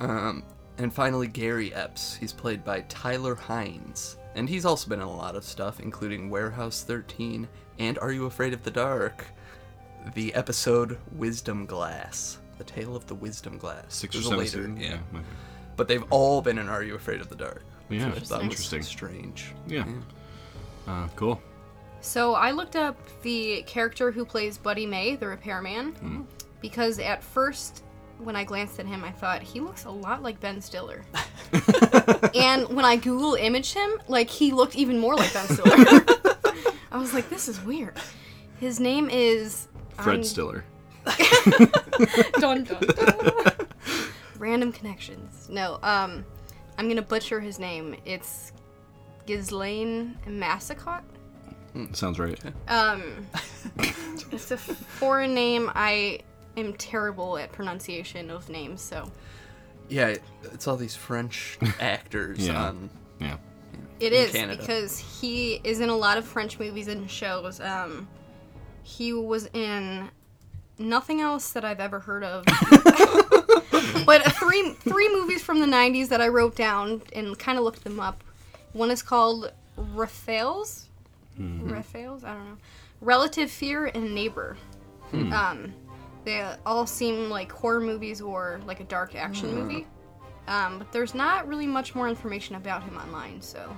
Um, and finally, Gary Epps. He's played by Tyler Hines. And he's also been in a lot of stuff, including Warehouse 13 and Are You Afraid of the Dark? The episode Wisdom Glass. The Tale of the Wisdom Glass.
Six or
It was a
seven.
later-
season?
yeah.
okay.
But they've all been in Are You Afraid of the Dark?
Yeah,
which I thought was
interesting.
strange.
Yeah. Uh, cool.
So I looked up the character who plays Buddy May, the repairman,
Hmm.
because at first, when I glanced at him, I thought he looks a lot like Ben Stiller. and when I Google imaged him, like he looked even more like Ben Stiller. I was like, this is weird. His name is
Fred
I'm-
Stiller.
dun, dun, dun. Random connections. No, um, I'm gonna butcher his name. It's Ghislaine Massicott.
Sounds right.
Um, it's a foreign name. I am terrible at pronunciation of names, so
Yeah, it's all these French actors
Yeah.
on.
Yeah.
it
In
is
Canada.
because he is in a lot of French movies and shows. Um, he was in nothing else that I've ever heard of, but three three movies from the '90s that I wrote down and kind of looked them up. One is called Raphael's. Raphael's, I don't know. Relative Fear and Neighbor.
Hmm.
Um, they all seem like horror movies or like a dark action
Hmm.
movie. Um, but there's not really much more information about him online, so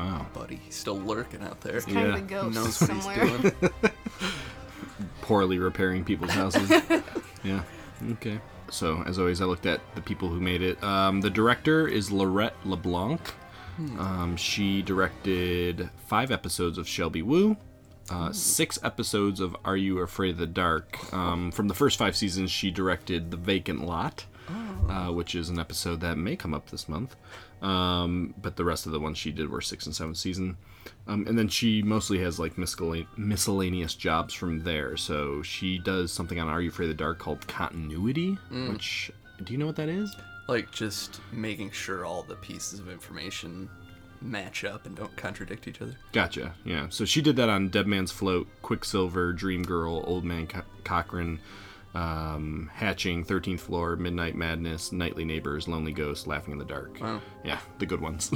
Wow.
Buddy, he's still lurking out there.
kind of Yeah. a ghost
knows what he's
somewhere.
doing.
poorly repairing people's houses. yeah. Okay. So, as always, I looked at the people who made it. Um, the director is Lorette LeBlanc.
Hmm.
Um, she directed five episodes of Shelby Woo, uh, six episodes of Are You Afraid of the Dark. Um, from the first five seasons, she directed The Vacant Lot, uh, which is an episode that may come up this month. Um, but the rest of the ones she did were six and seven season. Um, and then she mostly has like miscella- miscellaneous jobs from there. So she does something on Are You Afraid of the Dark called Continuity,
Mm.
which do you know what that is?
like just making sure all the pieces of information match up and don't contradict each other.
Gotcha. Yeah. So she did that on Dead Man's Float, Quicksilver, Dream Girl, Old Man Co- Cochrane, um, Hatching, Thirteenth Floor, Midnight Madness, Nightly Neighbors, Lonely Ghost, Laughing in the Dark.
Wow.
Yeah, the good ones.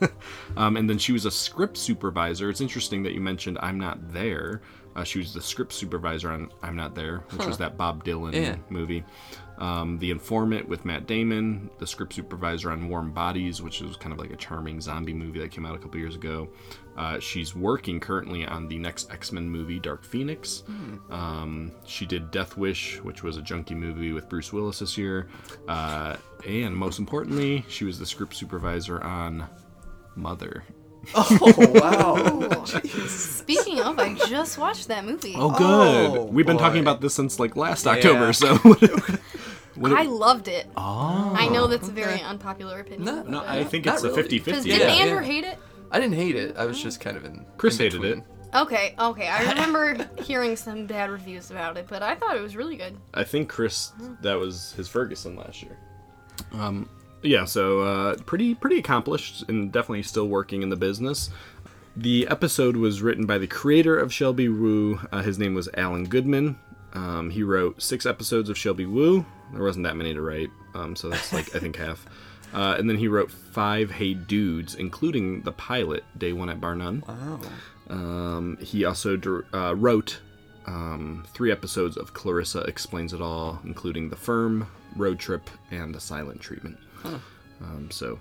um, and then she was a script supervisor. It's interesting that you mentioned I'm Not There. Uh, she was the script supervisor on I'm Not There, which
Huh.
was that Bob Dylan
Yeah.
movie. Um, the Informant with Matt Damon, the script supervisor on Warm Bodies, which was kind of like a charming zombie movie that came out a couple years ago. Uh, she's working currently on the next X Men movie, Dark Phoenix.
Hmm.
Um, she did Death Wish, which was a junkie movie with Bruce Willis this year. Uh, and most importantly, she was the script supervisor on Mother.
Oh, wow.
Speaking of, I just watched that movie.
Oh, good.
Oh,
We've been
boy.
talking about this since like last
Yeah.
October, so. what it-
I loved it.
Oh.
I know that's a very unpopular opinion.
No,
No,
but-
I think it's a 50 50.
Did Andrew hate it?
I didn't hate it. I was just kind of in.
Chris hated it.
Okay, okay. I remember hearing some bad reviews about it, but I thought it was really good.
I think Chris, that was his Ferguson last year. Um, yeah, so uh, pretty pretty accomplished and definitely still working in the business. The episode was written by the creator of Shelby Woo. Uh, his name was Alan Goodman. Um, he wrote six episodes of Shelby Woo. There wasn't that many to write, um, so that's like I think half. Uh, and then he wrote five Hey Dudes, including the pilot, Day One at Bar None.
Wow.
Um, he also dir- uh, wrote um, three episodes of Clarissa Explains It All, including The Firm, Road Trip, and The Silent Treatment.
Huh.
Um, so,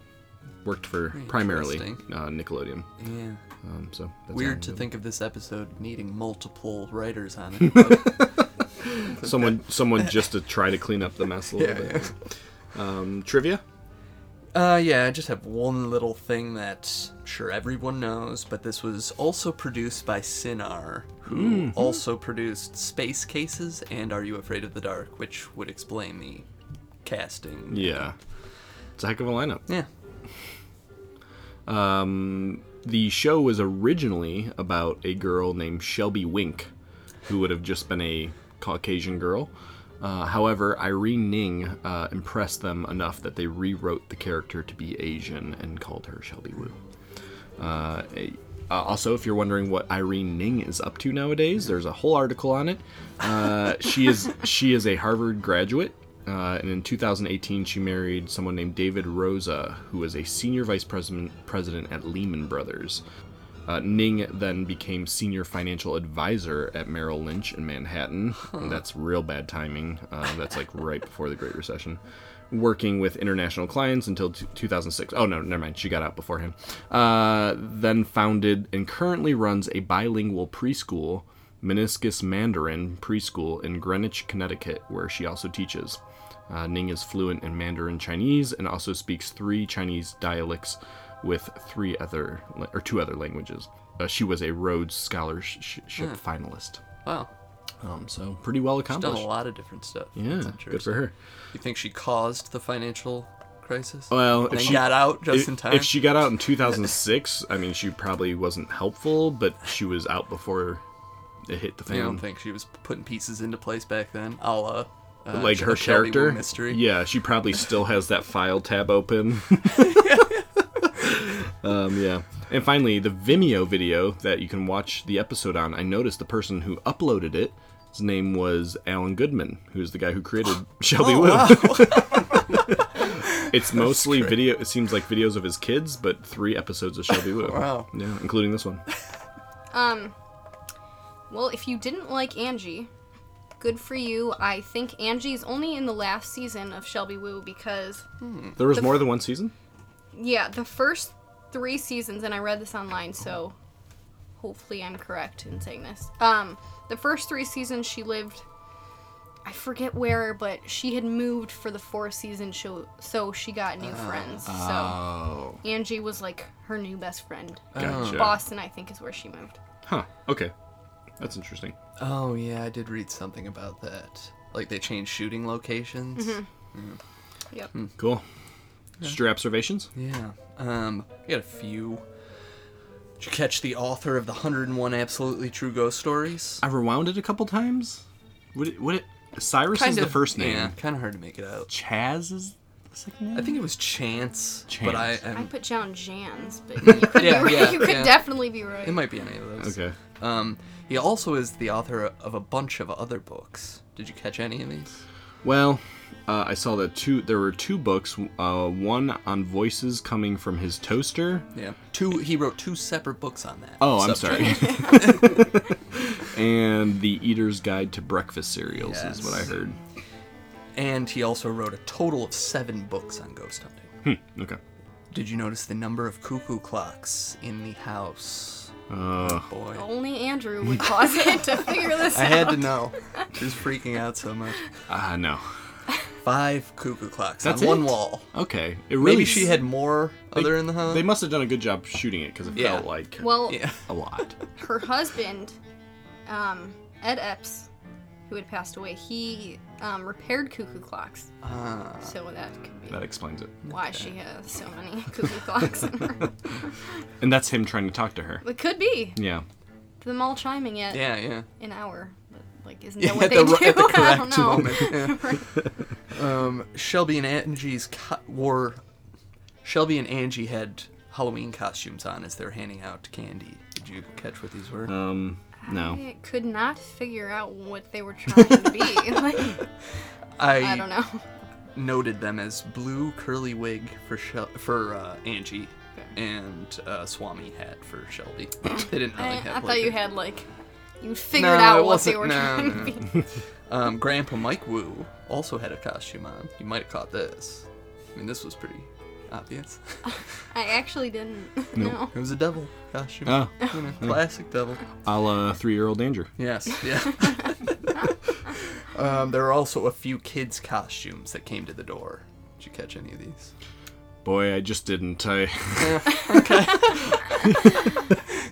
worked for
Very
primarily
interesting.
uh, Nickelodeon.
Yeah.
Um, so that's how I
Weird to
know.
think of this episode needing multiple writers on it. but-
Someone, someone just to try to clean up the mess a little
Yeah,
bit. Um, trivia.
Uh, yeah, I just have one little thing that I'm sure everyone knows, but this was also produced by Sinar, who
Mhm.
also produced Space Cases and Are You Afraid of the Dark, which would explain the casting.
Yeah, it's a heck of a lineup.
Yeah.
Um, the show was originally about a girl named Shelby Wink, who would have just been a Caucasian girl. Uh, however, Irene Ning uh, impressed them enough that they rewrote the character to be Asian and called her Shelby Wu. Uh, a- uh, also, if you're wondering what Irene Ning is up to nowadays, there's a whole article on it. Uh, she is she is a Harvard graduate, uh, and in 2018 she married someone named David Rosa, who was a senior vice president president at Lehman Brothers. Uh, Ning then became senior financial advisor at Merrill Lynch in Manhattan. That's real bad timing. Uh, that's like right before the Great Recession. Working with international clients until t- 2006. Oh, no, never mind. She got out before him. Uh, then founded and currently runs a bilingual preschool, Meniscus Mandarin Preschool, in Greenwich, Connecticut, where she also teaches. Uh, Ning is fluent in Mandarin Chinese and also speaks three Chinese dialects with three other or two other languages. Uh, she was a Rhodes Scholarship
Hmm.
finalist.
Wow.
Um, so pretty well
She's done
accomplished.
a lot of different stuff.
Yeah,
That's
good
interesting.
for her.
You think she caused the financial crisis?
Well,
and then got out just
if,
in time.
If she got out in 2006, I mean, she probably wasn't helpful, but she was out before it hit the
I
fan.
don't think she was putting pieces into place back then, a la uh,
like
Sh-
her
Shelby Woo
character
mystery.
Yeah, she probably still has that file tab open. um, yeah, and finally the Vimeo video that you can watch the episode on. I noticed the person who uploaded it. His name was Alan Goodman, who's the guy who created Shelby
Oh,
Woo.
wow.
it's
That's
mostly
great.
video. It seems like videos of his kids, but three episodes of Shelby Woo.
Wow.
Yeah, including this one.
Um, well, if you didn't like Angie, good for you. I think Angie's only in the last season of Shelby Woo because
There was
the
more than one season.
Yeah, the first three seasons, and I read this online, so hopefully I'm correct in saying this. Um, the first three seasons she lived, I forget where, but she had moved for the fourth season, show, so she got new
Uh,
friends. So
Oh.
Angie was like her new best friend.
Oh.
Gotcha.
Boston, I think, is where she moved.
Huh. Okay. That's interesting.
Oh yeah, I did read something about that. Like they changed shooting locations.
Mhm.
Yeah.
Yep.
Hmm.
Cool. Just your observations?
Yeah. Um, I got a few. Did you catch the author of the 101 Absolutely True Ghost Stories?
I rewound it a couple times. Would it? Would it? Cyrus is the first name.
Yeah, kind of hard to make it out.
Chaz is the second name.
I think it was Chance. But I,
Chance.
I'm-
I put down Jan's, but you could,
Yeah,
be right.
yeah,
you could
yeah.
definitely be right.
It might be any of those.
Okay.
Um, he also is the author of a bunch of other books. Did you catch any of these?
Well, uh, I saw that two. There were two books. Uh, one on voices coming from his toaster.
Yeah. Two. He wrote two separate books on that.
Oh, I'm
subject.
sorry. and the Eater's Guide to Breakfast Cereals is what I
Yes.
heard.
and he also wrote a total of seven books on ghost hunting.
Hmm. Okay.
Did you notice the number of cuckoo clocks in the house?
Oh,
boy.
Only Andrew would pause it to figure this
I
out.
had to know. She's freaking out so much.
Ah, no.
Five cuckoo clocks
That's
on one
it?
wall.
Okay, it
Maybe
really.
she had more
They-
other in the house?
They must have done a good job shooting it because it
Yeah.
felt like
Well-
a lot.
Her husband, um, Ed Epps, who had passed away, he um, repaired cuckoo clocks.
Ah.
so that could be
That explains it.
why she has so many cuckoo clocks in her.
And that's him trying to talk to her.
It could be.
Yeah.
Them all chiming at
Yeah, yeah.
an hour. But, like, isn't
Yeah,
that what
at
they
the,
do?
ri- at the
I don't
correct
know.
moment. yeah. um, Shelby and Angie's co- wore. Shelby and Angie had Halloween costumes on as they're handing out candy. Did you catch what these were?
Um, no.
I could not figure out what they were trying to be. Like,
I,
I don't know.
Noted them as blue curly wig for Shel- for uh, Angie and uh, Swami hat for Shelby. they didn't really
I,
have.
I
like,
thought you
a-
had like you figured
No,
out
it
what they
wasn't-
were
no,
trying
no.
to be.
um, Grandpa Mike Wu also had a costume on. You might have caught this. I mean, this was pretty obvious.
I actually didn't. No.
It was a devil costume.
Oh.
You know,
Yeah.
classic devil.
A la three year old danger.
Yes, yeah. um, there were also a few kids' costumes that came to the door. Did you catch any of these?
Boy, I just didn't. I.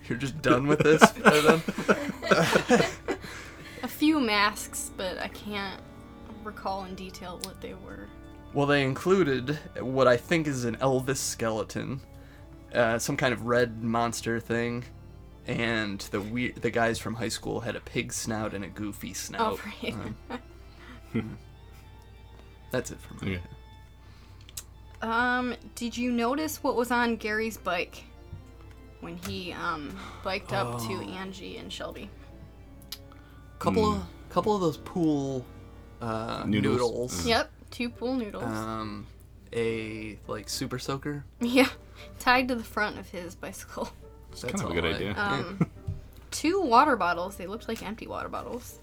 You're just done with this by then?
A few masks, but I can't recall in detail what they were.
Well, they included what I think is an Elvis skeleton, uh, some kind of red monster thing, and the we- the guys from high school had a pig snout and a goofy snout.
Oh, right.
Um, that's it for me.
Um, did you notice what was on Gary's bike when he um biked up
Oh.
to Angie and Shelby?
Couple of couple of those pool uh,
Mm. Noodles.
noodles.
Yep, two pool noodles.
Um, a like super soaker.
yeah, tied to the front of his bicycle.
It's
kind of a Uh, good idea.
Um, two water bottles. They looked like empty water bottles.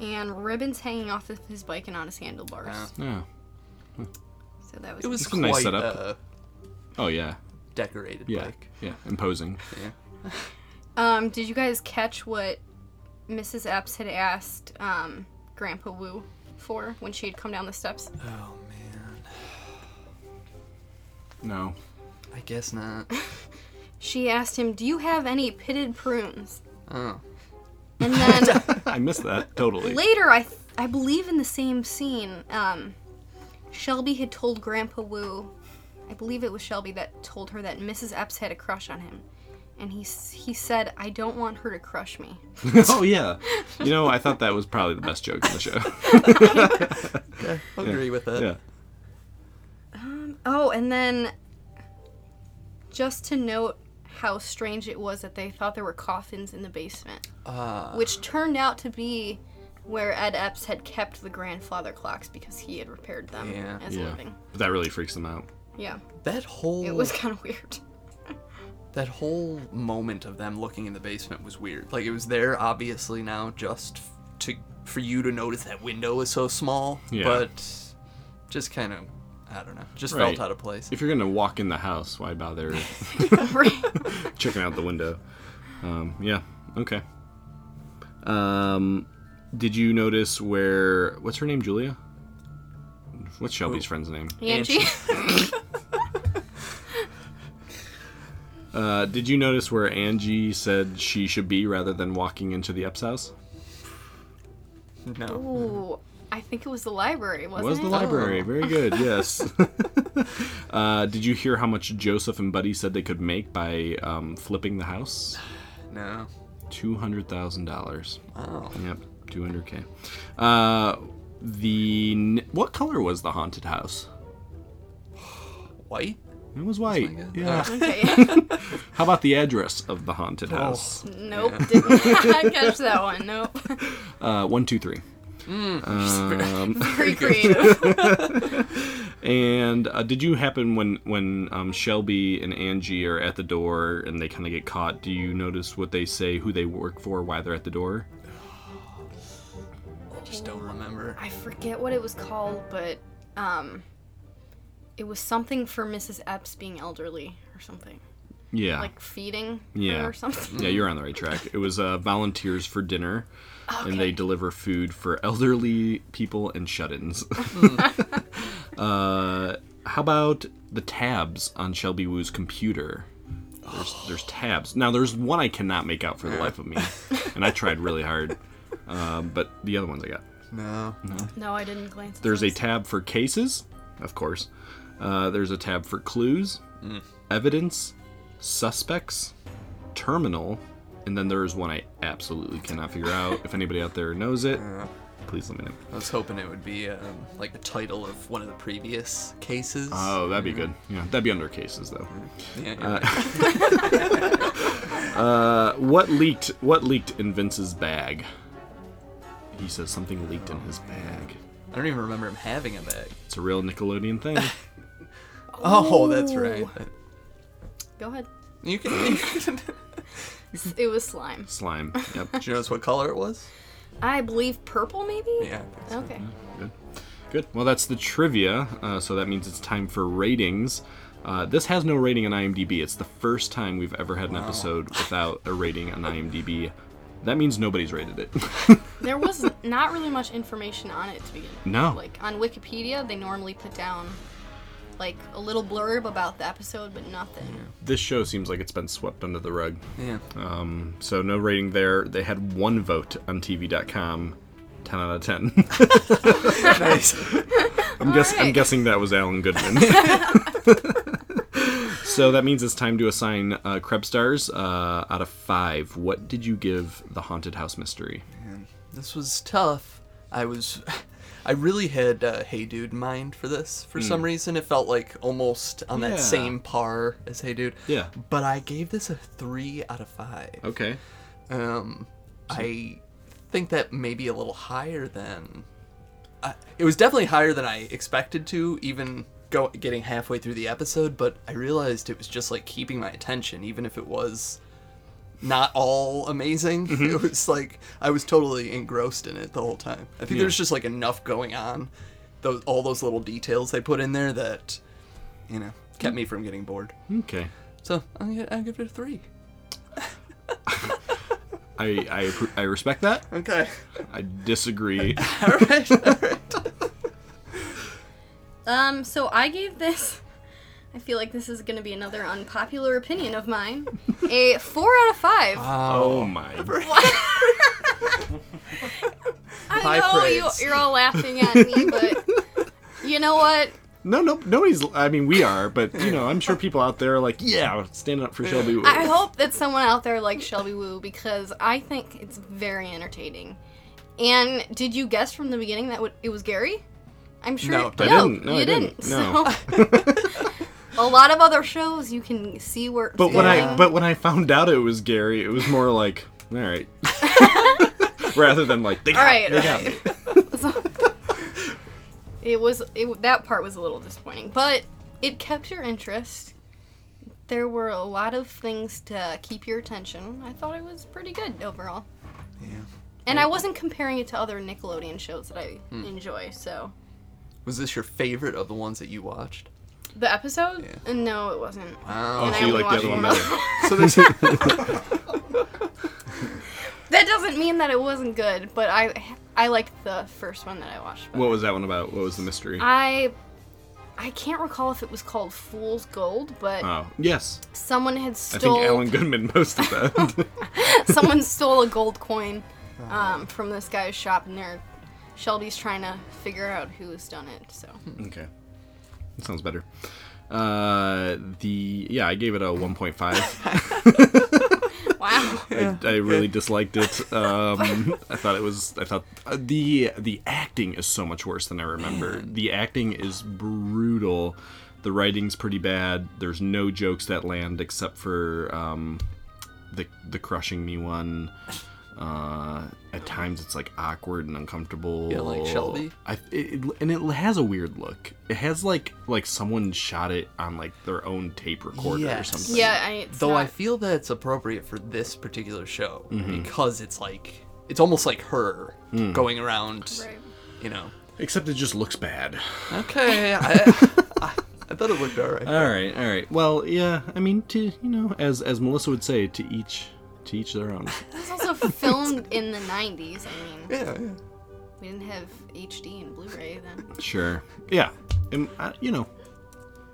And ribbons hanging off of his bike and on his handlebars.
yeah.
So that was
It was
It's a nice
quite,
setup.
uh,
Oh, yeah.
Decorated
Yeah.
bike.
Yeah. Imposing.
Yeah.
Um, did you guys catch what Mrs. Epps had asked um, Grandpa Wu for when she had come down the steps?
Oh
No.
I guess not.
She asked him, "Do you have any pitted prunes?"
Oh.
And then
I missed that totally.
later, I I believe in the same scene, um, Shelby had told Grandpa Wu, I believe it was Shelby that told her that Mrs. Epps had a crush on him, and he s- he said, "I don't want her to crush me."
oh yeah. You know, I thought that was probably the best joke in the show.
Yeah, I'll agree with that.
Yeah.
Um, oh, and then just to note how strange it was that they thought there were coffins in the basement,
Ah.
which turned out to be where Ed Epps had kept the grandfather clocks because he had repaired them
Yeah.
as living.
But that really freaks them out.
Yeah.
That whole
It was kind of weird.
that whole moment of them looking in the basement was weird. Like it was there obviously now just f- to for you to notice that window is so small,
Yeah.
but just kind of I don't know, just felt out of place.
If you're gonna walk in the house, why bother checking out the window? Um, yeah. Okay. Um, did you notice where? What's her name? Julia. What's Shelby's friend's name?
Angie.
Uh, did you notice where Angie said she should be rather than walking into the Epps house?
No.
Ooh, I think it was the library, wasn't
was
it? Oh.
the library. Very good. Yes. uh, did you hear how much Joseph and Buddy said they could make by um, flipping the house?
No. Oh,
Two hundred thousand dollars.
Wow.
Yep. Two hundred k. Uh, the n- what color was the haunted house?
White.
It was white. Yeah.
Okay.
How about the address of the
Oh.
haunted house?
Nope, did not catch that one. Nope.
Uh, one, two, three.
Mm.
Um,
Very creative.
and uh, did you happen when when um, Shelby and Angie are at the door and they kind of get caught? Do you notice what they say, who they work for, why they're at the door?
I just don't remember.
I forget what it was called, but um, it was something for Mrs. Epps being elderly or something.
Yeah.
like hmm. feeding
Ah. yeah.
her or something.
Yeah, you're on the right track. It was uh, volunteers for dinner,
Okay.
and they deliver food for elderly people and shut-ins. uh, how about the tabs on Shelby Woo's computer? There's, there's tabs. Now, there's one I cannot make out for the life of me, and I tried really hard, um, but the other ones I got.
No.
No.
No, I didn't glance. at
There's a
those.
tab for cases, of course. Uh, there's a tab for clues, evidence, suspects, terminal, and then there is one I absolutely cannot figure out. if anybody out there knows it, please let me know.
I was hoping it would be um, like the title of one of the previous cases.
Oh, that'd be good. Yeah, that'd be under cases though.
Yeah, you're
Uh, uh, what leaked? What leaked in Vince's bag? He says something leaked in his bag.
I don't even remember him having a bag.
It's a real Nickelodeon thing.
Oh, that's right.
Go ahead.
You can.
S- It was slime.
Slime. Yep.
Did you notice what color it was?
I believe purple, maybe.
Yeah.
Okay.
Good. Good. Well, that's the trivia. Uh, so that means it's time for ratings. Uh, this has no rating on IMDb. It's the first time we've ever had an
Wow.
episode without a rating on IMDb. That means nobody's rated it.
There was not really much information on it to begin. with.
No.
Like on Wikipedia, they normally put down like a little blurb about the episode, but nothing.
this show seems like it's been swept under the rug.
Yeah.
Um, so no rating there. They had one vote on TV.com. 10 out of 10.
Nice.
I'm, guess- I'm
Alright.
guessing that was Alan Goodman. so that means it's time to assign uh, Krebstars uh, out of five. What did you give the Haunted House Mystery?
Man, this was tough. I was, I really had uh, Hey Dude in mind for this. For some
Mm.
reason, it felt like almost on
Yeah.
that same par as Hey Dude.
Yeah.
But I gave this a three out of five.
Okay.
Um, I think that may be a little higher than. I it was definitely higher than I expected to, even go getting halfway through the episode. But I realized it was just like keeping my attention, even if it was not all amazing. It was like I was totally engrossed in it the whole time. I think
Yeah.
there's just like enough going on, those all those little details they put in there that, you know, kept me from getting bored.
Okay.
So I'll, gi- I'll give it a three.
I, I, appro- I respect that.
Okay.
I disagree.
all right. All right.
Um, so I gave this. I feel like this is going to be another unpopular opinion of mine. A four out of five.
Oh my.
I
high
know you,
praise.
you're all laughing at me, but you know what?
No, no, nobody's. I mean, we are, but you know, I'm sure people out there are like, yeah, standing up for Shelby. Woo."
I hope that someone out there likes Shelby Woo because I think it's very entertaining. And did you guess from the beginning that what- it was Gary? I'm sure.
No, I didn't. No,
you
I didn't.
So- a lot of other shows you can see where.
But when I
going.
but when I found out it was Gary, it was more like, all right, rather than like, they
All
got me,
right,
they got
all
me."
It was it, that part was a little disappointing, but it kept your interest. There were a lot of things to keep your attention. I thought it was pretty good overall.
Yeah.
And I wasn't comparing it to other Nickelodeon shows that I
Hmm.
enjoy, so
Was this your favorite of the ones that you watched?
the episode? No, it wasn't.
Wow.
And
Oh, so
I
you
only
like the
watched
other one
one. that doesn't mean that it wasn't good, but I I liked the first one that I watched.
What was that one about? What was the mystery?
I I can't recall if it was called Fool's Gold, but
Uh,
oh, yes.
someone had
I think
stole
Alan Goodman posted that.
someone stole a gold coin
Uh-huh.
um, from this guy's shop, and they're Shelby's trying to figure out who's done it. So
okay, that sounds better. Uh, the yeah, I gave it a 1.5.
wow.
I, I really disliked it. Um, I thought it was. I thought uh, the the acting is so much worse than I remember. The acting is brutal. The writing's pretty bad. There's no jokes that land except for um, the the crushing me one. Uh, at times it's like awkward and uncomfortable.
Yeah, like Shelby?
I, it, it- and it has a weird look. It has like like someone shot it on like their own tape recorder or something.
Yeah, I- it's
though I
not-
feel that it's appropriate for this particular show
Mhm.
because it's like it's almost like her
Mm.
going around, you know.
Except it just looks bad.
Okay, I, I, I thought it looked alright.
All right, all right. Well, yeah. I mean, to you know, as as Melissa would say, to each to each their own.
It was also filmed in the 90s. I mean,
Yeah, yeah.
we didn't have HD and Blu-ray then.
Sure. Yeah. And, I, you know,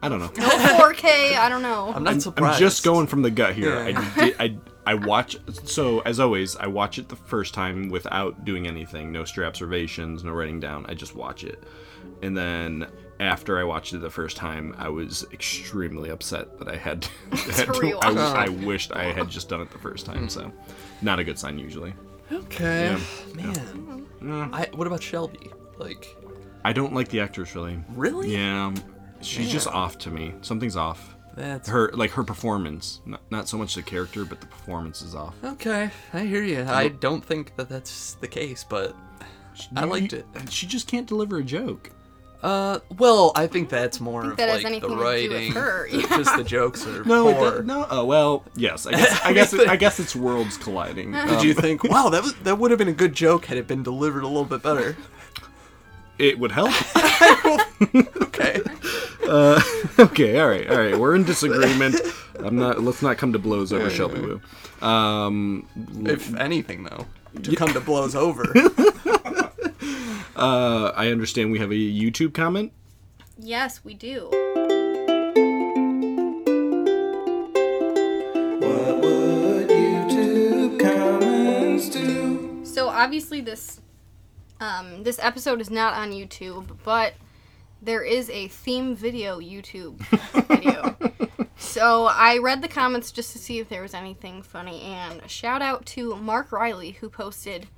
I don't know.
No 4K. I don't know.
I'm just going from the gut here. I, did, I I watch so as always. I watch it the first time without doing anything, no extra observations, no writing down. I just watch it, and then after I watched it the first time, I was extremely upset that I had. To, had to, I,
rewatch.
I wished I had just done it the first time. So, not a good sign usually.
Okay.
Yeah. Mm.
Man. I, what about Shelby? Like,
I don't like the actress really.
Really?
Yeah. She's just
Yeah.
off to me. Something's off.
That's-
her like her performance, not, not so much the character, but the performance is off.
okay, I hear you. I don't think that that's the case, but I liked it.
She just can't deliver a joke.
Uh, well, I think that's more
think
of
that has
like the
anything to do with
writing.
her,
the-
yeah.
Just the jokes are
No, it
poor.
does- no. Oh well, yes. I guess I guess it, I guess it's worlds colliding. Um,
Did you think, wow, that was that would have been a good joke had it been delivered a little bit better?
It would help.
okay.
Uh, okay, all right, all right. We're in disagreement. I'm not. Let's not come to blows over
Yeah,
Shelby Woo. Um,
If anything, though, to come to blows over.
uh, I understand we have a YouTube comment.
Yes, we do. So obviously this um, this episode is not on YouTube, but there is a theme video YouTube video. So I read the comments just to see if there was anything funny, and shout out to Mark Riley who posted,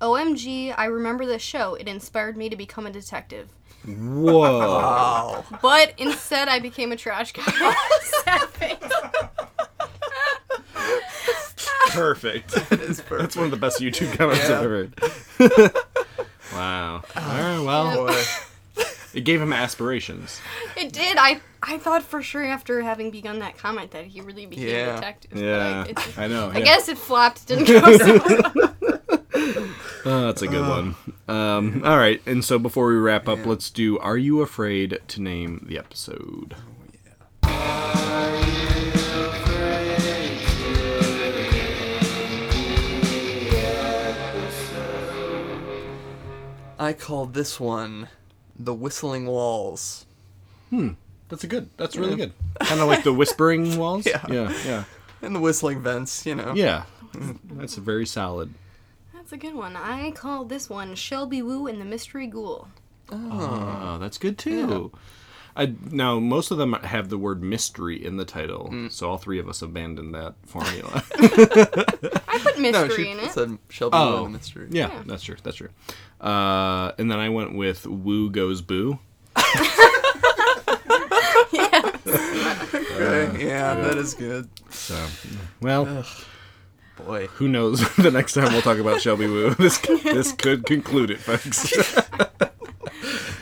"OMG, I remember this show. It inspired me to become a detective."
Whoa.
Wow.
But instead, I became a trash guy. Sad face.
Perfect. That's one of the best YouTube comments
Yeah.
I've ever heard. wow. All right, well. It gave him aspirations.
It did. I I thought for sure after having begun that comment that he really became a
Yeah.
detective.
Yeah.
But it just-
I know,
I
yeah.
guess it flopped. Didn't go so well.
Oh, that's a good
Uh.
one. Um, all right, and so before we wrap up, let's do Are You Afraid to Name the Episode?
I called this one the whistling walls.
Hmm. That's a good. That's really good. Kind of like the whispering walls?
Yeah.
Yeah, yeah.
And the whistling vents, you know.
Yeah. That's very solid.
That's a good one. I call this one Shelby Woo and the Mystery Ghoul.
Oh, that's good too. I, now, most of them have the word mystery in the title, so all three of us abandoned that formula.
I put mystery
she Oh.
in it.
said Shelby Woo and mystery.
Yeah,
Yeah.
that's true. That's true. Uh, and then I went with Woo Goes Boo.
Okay, yeah,
yeah.
that is good.
So, well,
boy,
who knows? the next time we'll talk about Shelby Woo, this this could conclude it, folks.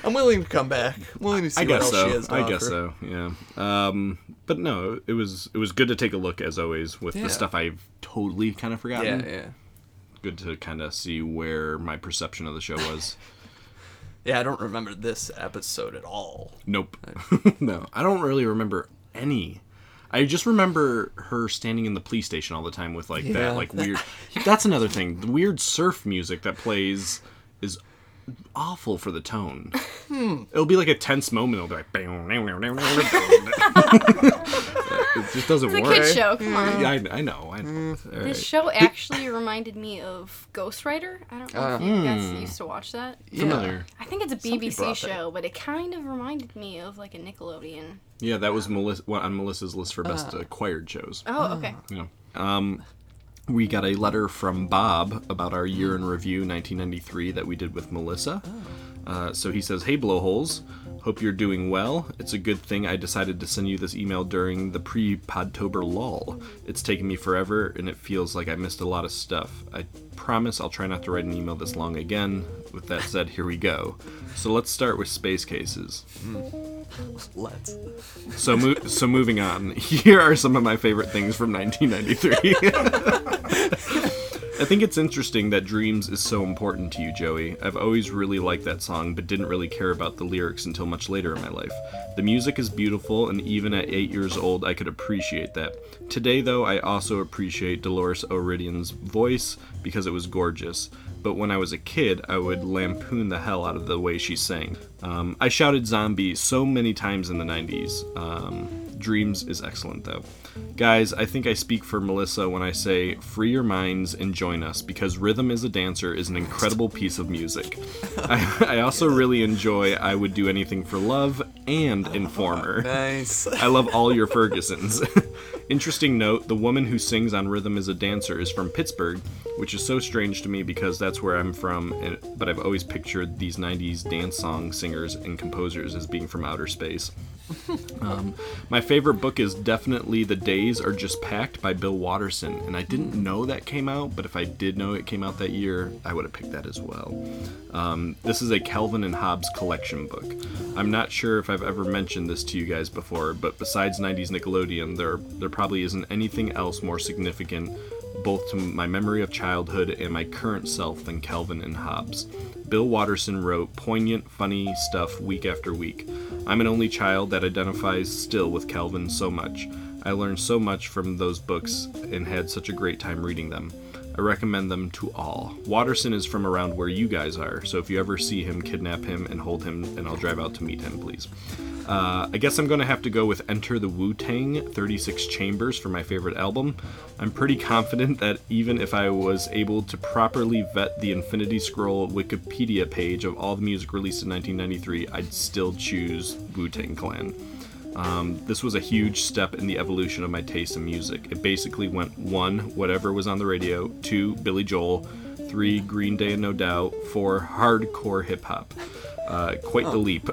I'm willing to come back. I'm willing to see
I guess
what else
so.
she has to
I guess
offer.
so. Yeah. Um, but no, it was it was good to take a look as always with
Yeah.
the stuff I've totally kind of forgotten.
Yeah, yeah.
Good to kind of see where my perception of the show was.
Yeah, I don't remember this episode at all.
Nope. no, I don't really remember any. I just remember her standing in the police station all the time with like
Yeah.
that like weird. That's another thing. The weird surf music that plays is awful for the tone.
Hmm.
It'll be like a tense moment. It'll be like. "Bang, meow, meow, meow, meow, meow." it just doesn't
It's a
work.
kid's show, come on.
Yeah, I, I know. I
Hmm.
know. All right.
This show actually reminded me of Ghost Rider. I don't know if
Ah.
you guys
Hmm.
used to watch that.
Yeah. Familiar.
I think it's a
Somebody
BBC
brought
show, but it kind of reminded me of like a Nickelodeon.
Yeah, that was Melissa well, on Melissa's list for best
Uh.
Ah.
acquired shows.
Oh, okay.
Yeah. Um, we got a letter from Bob about our year in review 1993 that we did with Melissa. Uh, so he says, Hey, blowholes. Hope you're doing well. It's a good thing I decided to send you this email during the pre Podtober lull. It's taken me forever and it feels like I missed a lot of stuff. I promise I'll try not to write an email this long again. With that said, here we go. So let's start with space cases.
Let's.
So, mo- so moving on. Here are some of my favorite things from 1993. I think it's interesting that Dreams is so important to you, Joey. I've always really liked that song, but didn't really care about the lyrics until much later in my life. The music is beautiful, and even at eight years old, I could appreciate that. Today, though, I also appreciate Dolores O'Riordan's voice because it was gorgeous. But when I was a kid, I would lampoon the hell out of the way she sang. Um, I shouted zombie so many times in the 90s. Um, Dreams is excellent, though. Guys, I think I speak for Melissa when I say free your minds and join us because Rhythm is a Dancer is an incredible piece of music. I, I also really enjoy I Would Do Anything for Love and Informer.
nice.
I love all your Fergusons. Interesting note the woman who sings on Rhythm is a Dancer is from Pittsburgh, which is so strange to me because that's where I'm from, and, but I've always pictured these 90s dance song singers and composers as being from outer space. Um, my favorite book is definitely The Days Are Just Packed by Bill Watterson, and I didn't know that came out, but if I did know it came out that year, I would have picked that as well. Um, this is a Calvin and Hobbes collection book. I'm not sure if I've ever mentioned this to you guys before, but besides 90s Nickelodeon, there there probably isn't anything else more significant both to my memory of childhood and my current self than Calvin and Hobbes. Bill Watterson wrote poignant, funny stuff week after week. I'm an only child that identifies still with Calvin so much. I learned so much from those books and had such a great time reading them. I recommend them to all. Watterson is from around where you guys are, so if you ever see him, kidnap him and hold him, and I'll drive out to meet him, please. Uh, I guess I'm going to have to go with Enter the Wu Tang 36 Chambers for my favorite album. I'm pretty confident that even if I was able to properly vet the Infinity Scroll Wikipedia page of all the music released in 1993, I'd still choose Wu Tang Clan. Um, this was a huge step in the evolution of my taste in music. It basically went one, whatever was on the radio, two, Billy Joel, three, Green Day and No Doubt, four, hardcore hip hop. Uh, quite the
Oh.
leap.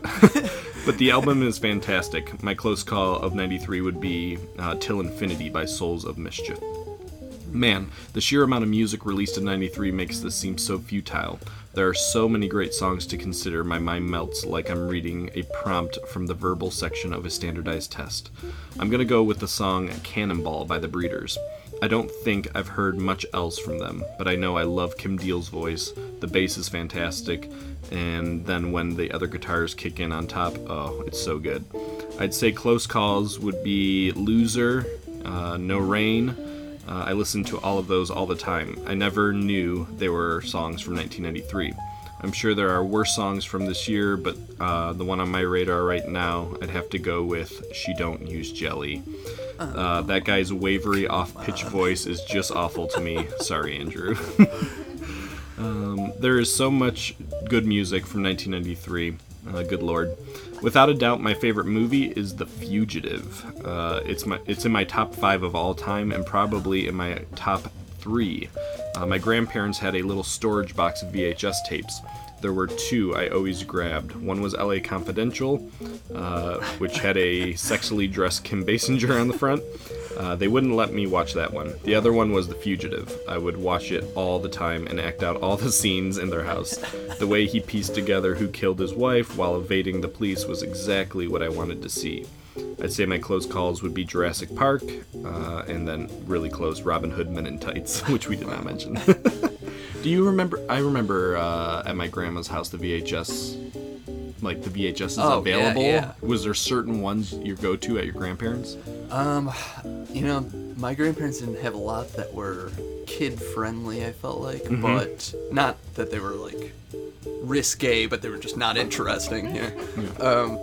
but the album is fantastic. My close call of 93 would be uh, Till Infinity by Souls of Mischief. Man, the sheer amount of music released in 93 makes this seem so futile. There are so many great songs to consider, my mind melts like I'm reading a prompt from the verbal section of a standardized test. I'm gonna go with the song Cannonball by the Breeders. I don't think I've heard much else from them, but I know I love Kim Deal's voice, the bass is fantastic, and then when the other guitars kick in on top, oh, it's so good. I'd say close calls would be Loser, uh, No Rain, uh, I listen to all of those all the time. I never knew they were songs from 1993. I'm sure there are worse songs from this year, but uh, the one on my radar right now, I'd have to go with She Don't Use Jelly. Uh, that guy's wavery off pitch voice is just awful to me. Sorry, Andrew. Um, there is so much good music from 1993. Uh, good lord. Without a doubt, my favorite movie is The Fugitive. Uh, it's my it's in my top five of all time, and probably in my top three. Uh, my grandparents had a little storage box of VHS tapes. There were two I always grabbed. One was LA Confidential, uh, which had a sexily dressed Kim Basinger on the front. Uh, they wouldn't let me watch that one. The other one was The Fugitive. I would watch it all the time and act out all the scenes in their house. The way he pieced together who killed his wife while evading the police was exactly what I wanted to see. I'd say my close calls would be Jurassic Park, uh, and then really close Robin Hood Men in Tights, which we did not mention. Do you remember? I remember uh, at my grandma's house the VHS, like the VHS is
Oh, yeah,
available.
yeah.
Was there certain ones you go to at your grandparents?
Um, you know, my grandparents didn't have a lot that were kid friendly. I felt like,
Mhm.
but not that they were like risque, but they were just not interesting. Yeah. Um,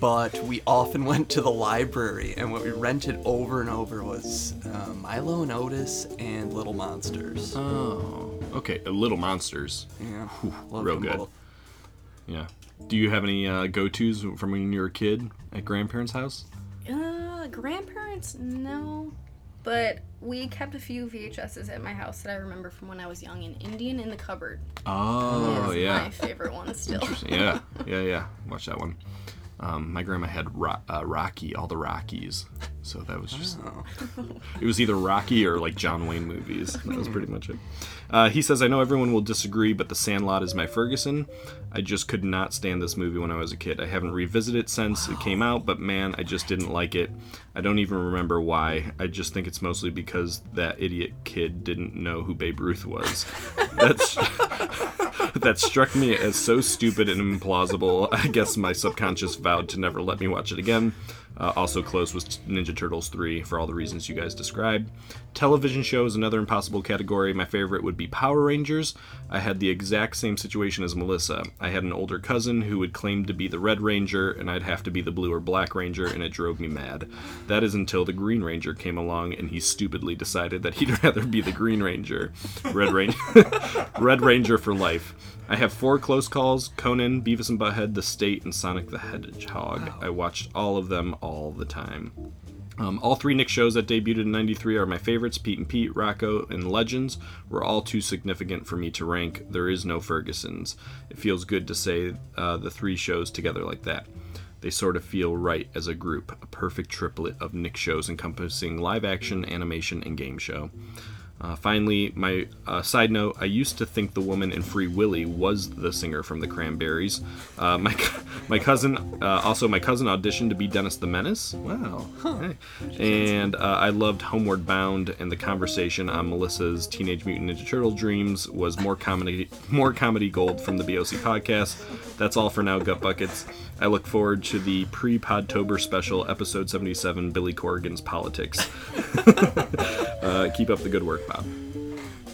but we often went to the library, and what we rented over and over was um, Milo and Otis and Little Monsters.
Oh, okay. uh, Little Monsters.
Yeah,
Whew,
loved
real
them
good.
both.
Yeah. Do you have any uh, go-tos from when you were a kid at grandparents' house?
Uh, grandparents, no. But we kept a few VHSs at my house that I remember from when I was young and Indian in the cupboard.
Oh,
That's
yeah.
My favorite one still.
Interesting. Yeah, yeah, yeah. Watch that one. Um, my grandma had ro- uh, Rocky, all the Rockies. So that was just. It was either Rocky or like John Wayne movies. That was pretty much it. Uh, he says, I know everyone will disagree, but The Sandlot is my Ferguson. I just could not stand this movie when I was a kid. I haven't revisited it since it came out, but man, I just didn't like it. I don't even remember why. I just think it's mostly because that idiot kid didn't know who Babe Ruth was. That's that struck me as so stupid and implausible. I guess my subconscious vowed to never let me watch it again. Uh, also, close was Ninja Turtles 3 for all the reasons you guys described. Television show is another impossible category. My favorite would be Power Rangers. I had the exact same situation as Melissa. I had an older cousin who would claim to be the Red Ranger, and I'd have to be the Blue or Black Ranger, and it drove me mad. That is until the Green Ranger came along, and he stupidly decided that he'd rather be the Green Ranger. Red Ranger. Red Ranger for life. I have four close calls Conan, Beavis and Butthead, The State, and Sonic the Hedgehog. I watched all of them all the time. Um, all three Nick shows that debuted in 93 are my favorites. Pete and Pete, Rocco, and Legends were all too significant for me to rank. There is no Ferguson's. It feels good to say uh, the three shows together like that. They sort of feel right as a group, a perfect triplet of Nick shows encompassing live action, animation, and game show. Uh, finally, my uh, side note: I used to think the woman in Free Willy was the singer from the Cranberries. Uh, my c- my cousin, uh, also my cousin, auditioned to be Dennis the Menace. Wow. Hey. And uh, I loved Homeward Bound, and the conversation on Melissa's Teenage Mutant Ninja Turtle dreams was more comedy more comedy gold from the BOC podcast. That's all for now, Gut Buckets. I look forward to the pre-Podtober special, episode 77, Billy Corrigan's Politics. Uh, keep up the good work, Bob.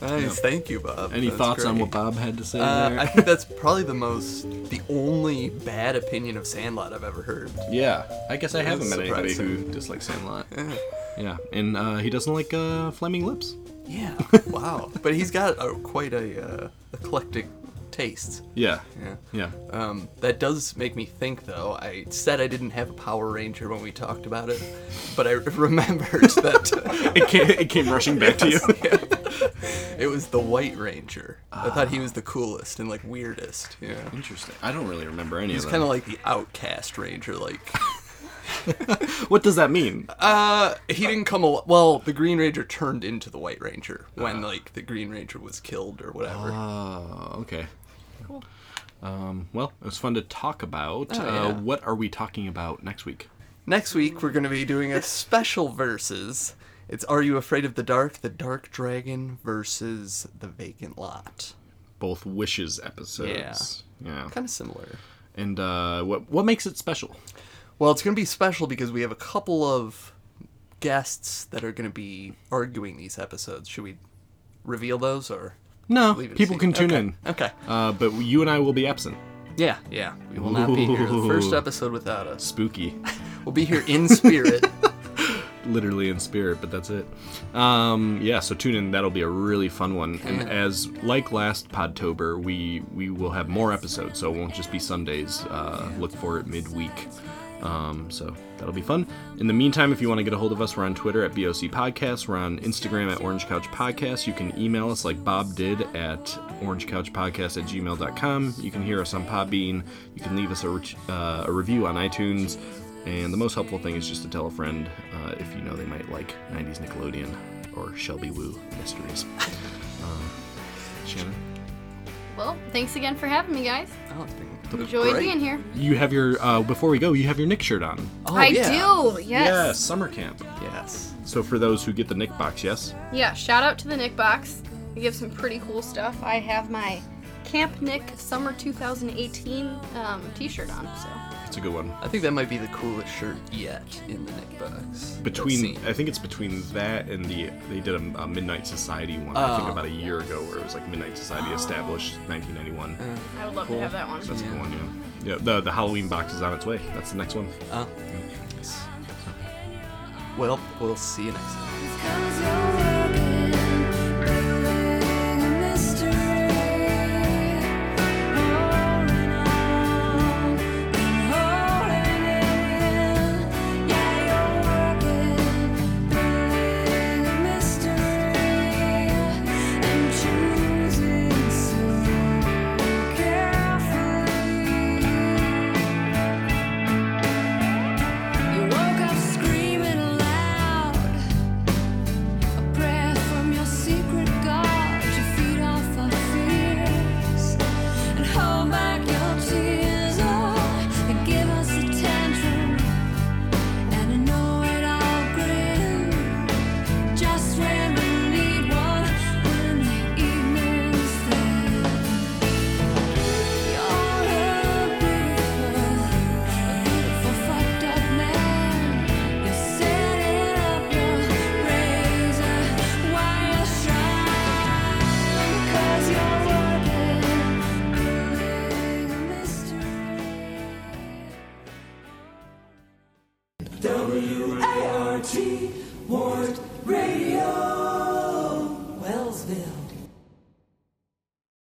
Nice,
Yeah.
thank you, Bob.
Any
That's
thoughts on
great.
what Bob had to say
Uh,
there?
I think that's probably the most, the only bad opinion of Sandlot I've ever heard.
Yeah, I guess I
It
haven't
was
met anybody
surprising.
who dislikes Sandlot.
Yeah.
Yeah, and uh, he doesn't like uh, Flaming Lips.
Yeah. wow. But he's got a, quite a uh, eclectic taste.
Yeah. Uh,
Yeah.
Yeah.
Um, that does make me think, though. I said I didn't have a Power Ranger when we talked about it, but I remembered that
It came- it came rushing back to you.
you. It was the White Ranger. I thought he was the coolest and like weirdest. Ah. Yeah.
Interesting. I don't really remember any
He's
of
kind
them.
of like the outcast ranger, like
What does that mean?
Uh, he didn't come. Al- well, the Green Ranger turned into the White Ranger
Uh-huh.
when like the Green Ranger was killed or whatever.
Oh, okay. Um, well, it was fun to talk about.
Oh,
uh,
yeah.
what are we talking about next week?
Next week we're going to be doing a special versus. It's Are You Afraid of the Dark? The Dark Dragon versus the Vacant Lot.
Both Wishes episodes. Yeah.
Kind of similar.
And uh, what what makes it special?
Well, it's going to be special because we have a couple of guests that are going to be arguing these episodes. Should we reveal those or
No,
leave it a
people can
secret?
tune
Okay.
in.
Okay.
Uh, but you and I will be absent.
Yeah, yeah. We will not be here. The first
Ooh.
episode without us.
Spooky.
We'll be here in spirit.
literally in spirit, but that's it. Um, yeah, so tune in. That'll be a really fun one. And as like last Podtober, we we will have more episodes, so it won't just be Sundays. Uh, look for it midweek. Um, so that'll be fun. In the meantime, if you want to get a hold of us, we're on Twitter at BOC Podcast. We're on Instagram at Orange Couch Podcast. You can email us like Bob did at orangecouchpodcast at gmail.com. You can hear us on Podbean. You can leave us a, re- uh, a review on iTunes. And the most helpful thing is just to tell a friend uh, if you know they might like 90s Nickelodeon or Shelby Woo mysteries. Um, Shannon,
Well, thanks again for having me, guys.
Oh,
Enjoy
great.
being here.
you have your, uh, before we go, you have your Nick shirt on.
I do. Yes.
summer camp.
Oh, Yes.
So for those who get the Nick box, yes?
Yeah. Shout out to the Nick Box. They give some pretty cool stuff. I have my Camp Nick Summer 2018 um, T-shirt on. So
It's a good one.
I think that might be the coolest shirt yet in the Nick Bucks.
Between, I think it's between that and the, they did a, a Midnight Society one, I think
Oh.
about a year ago, where it was like Midnight Society established 1991.
I would love to have that one.
That's a good one, yeah. Yeah, the, the Halloween box is on its way. That's the next one.
Uh, Oh. Well, we'll see you next time.
Cause you're
Oh,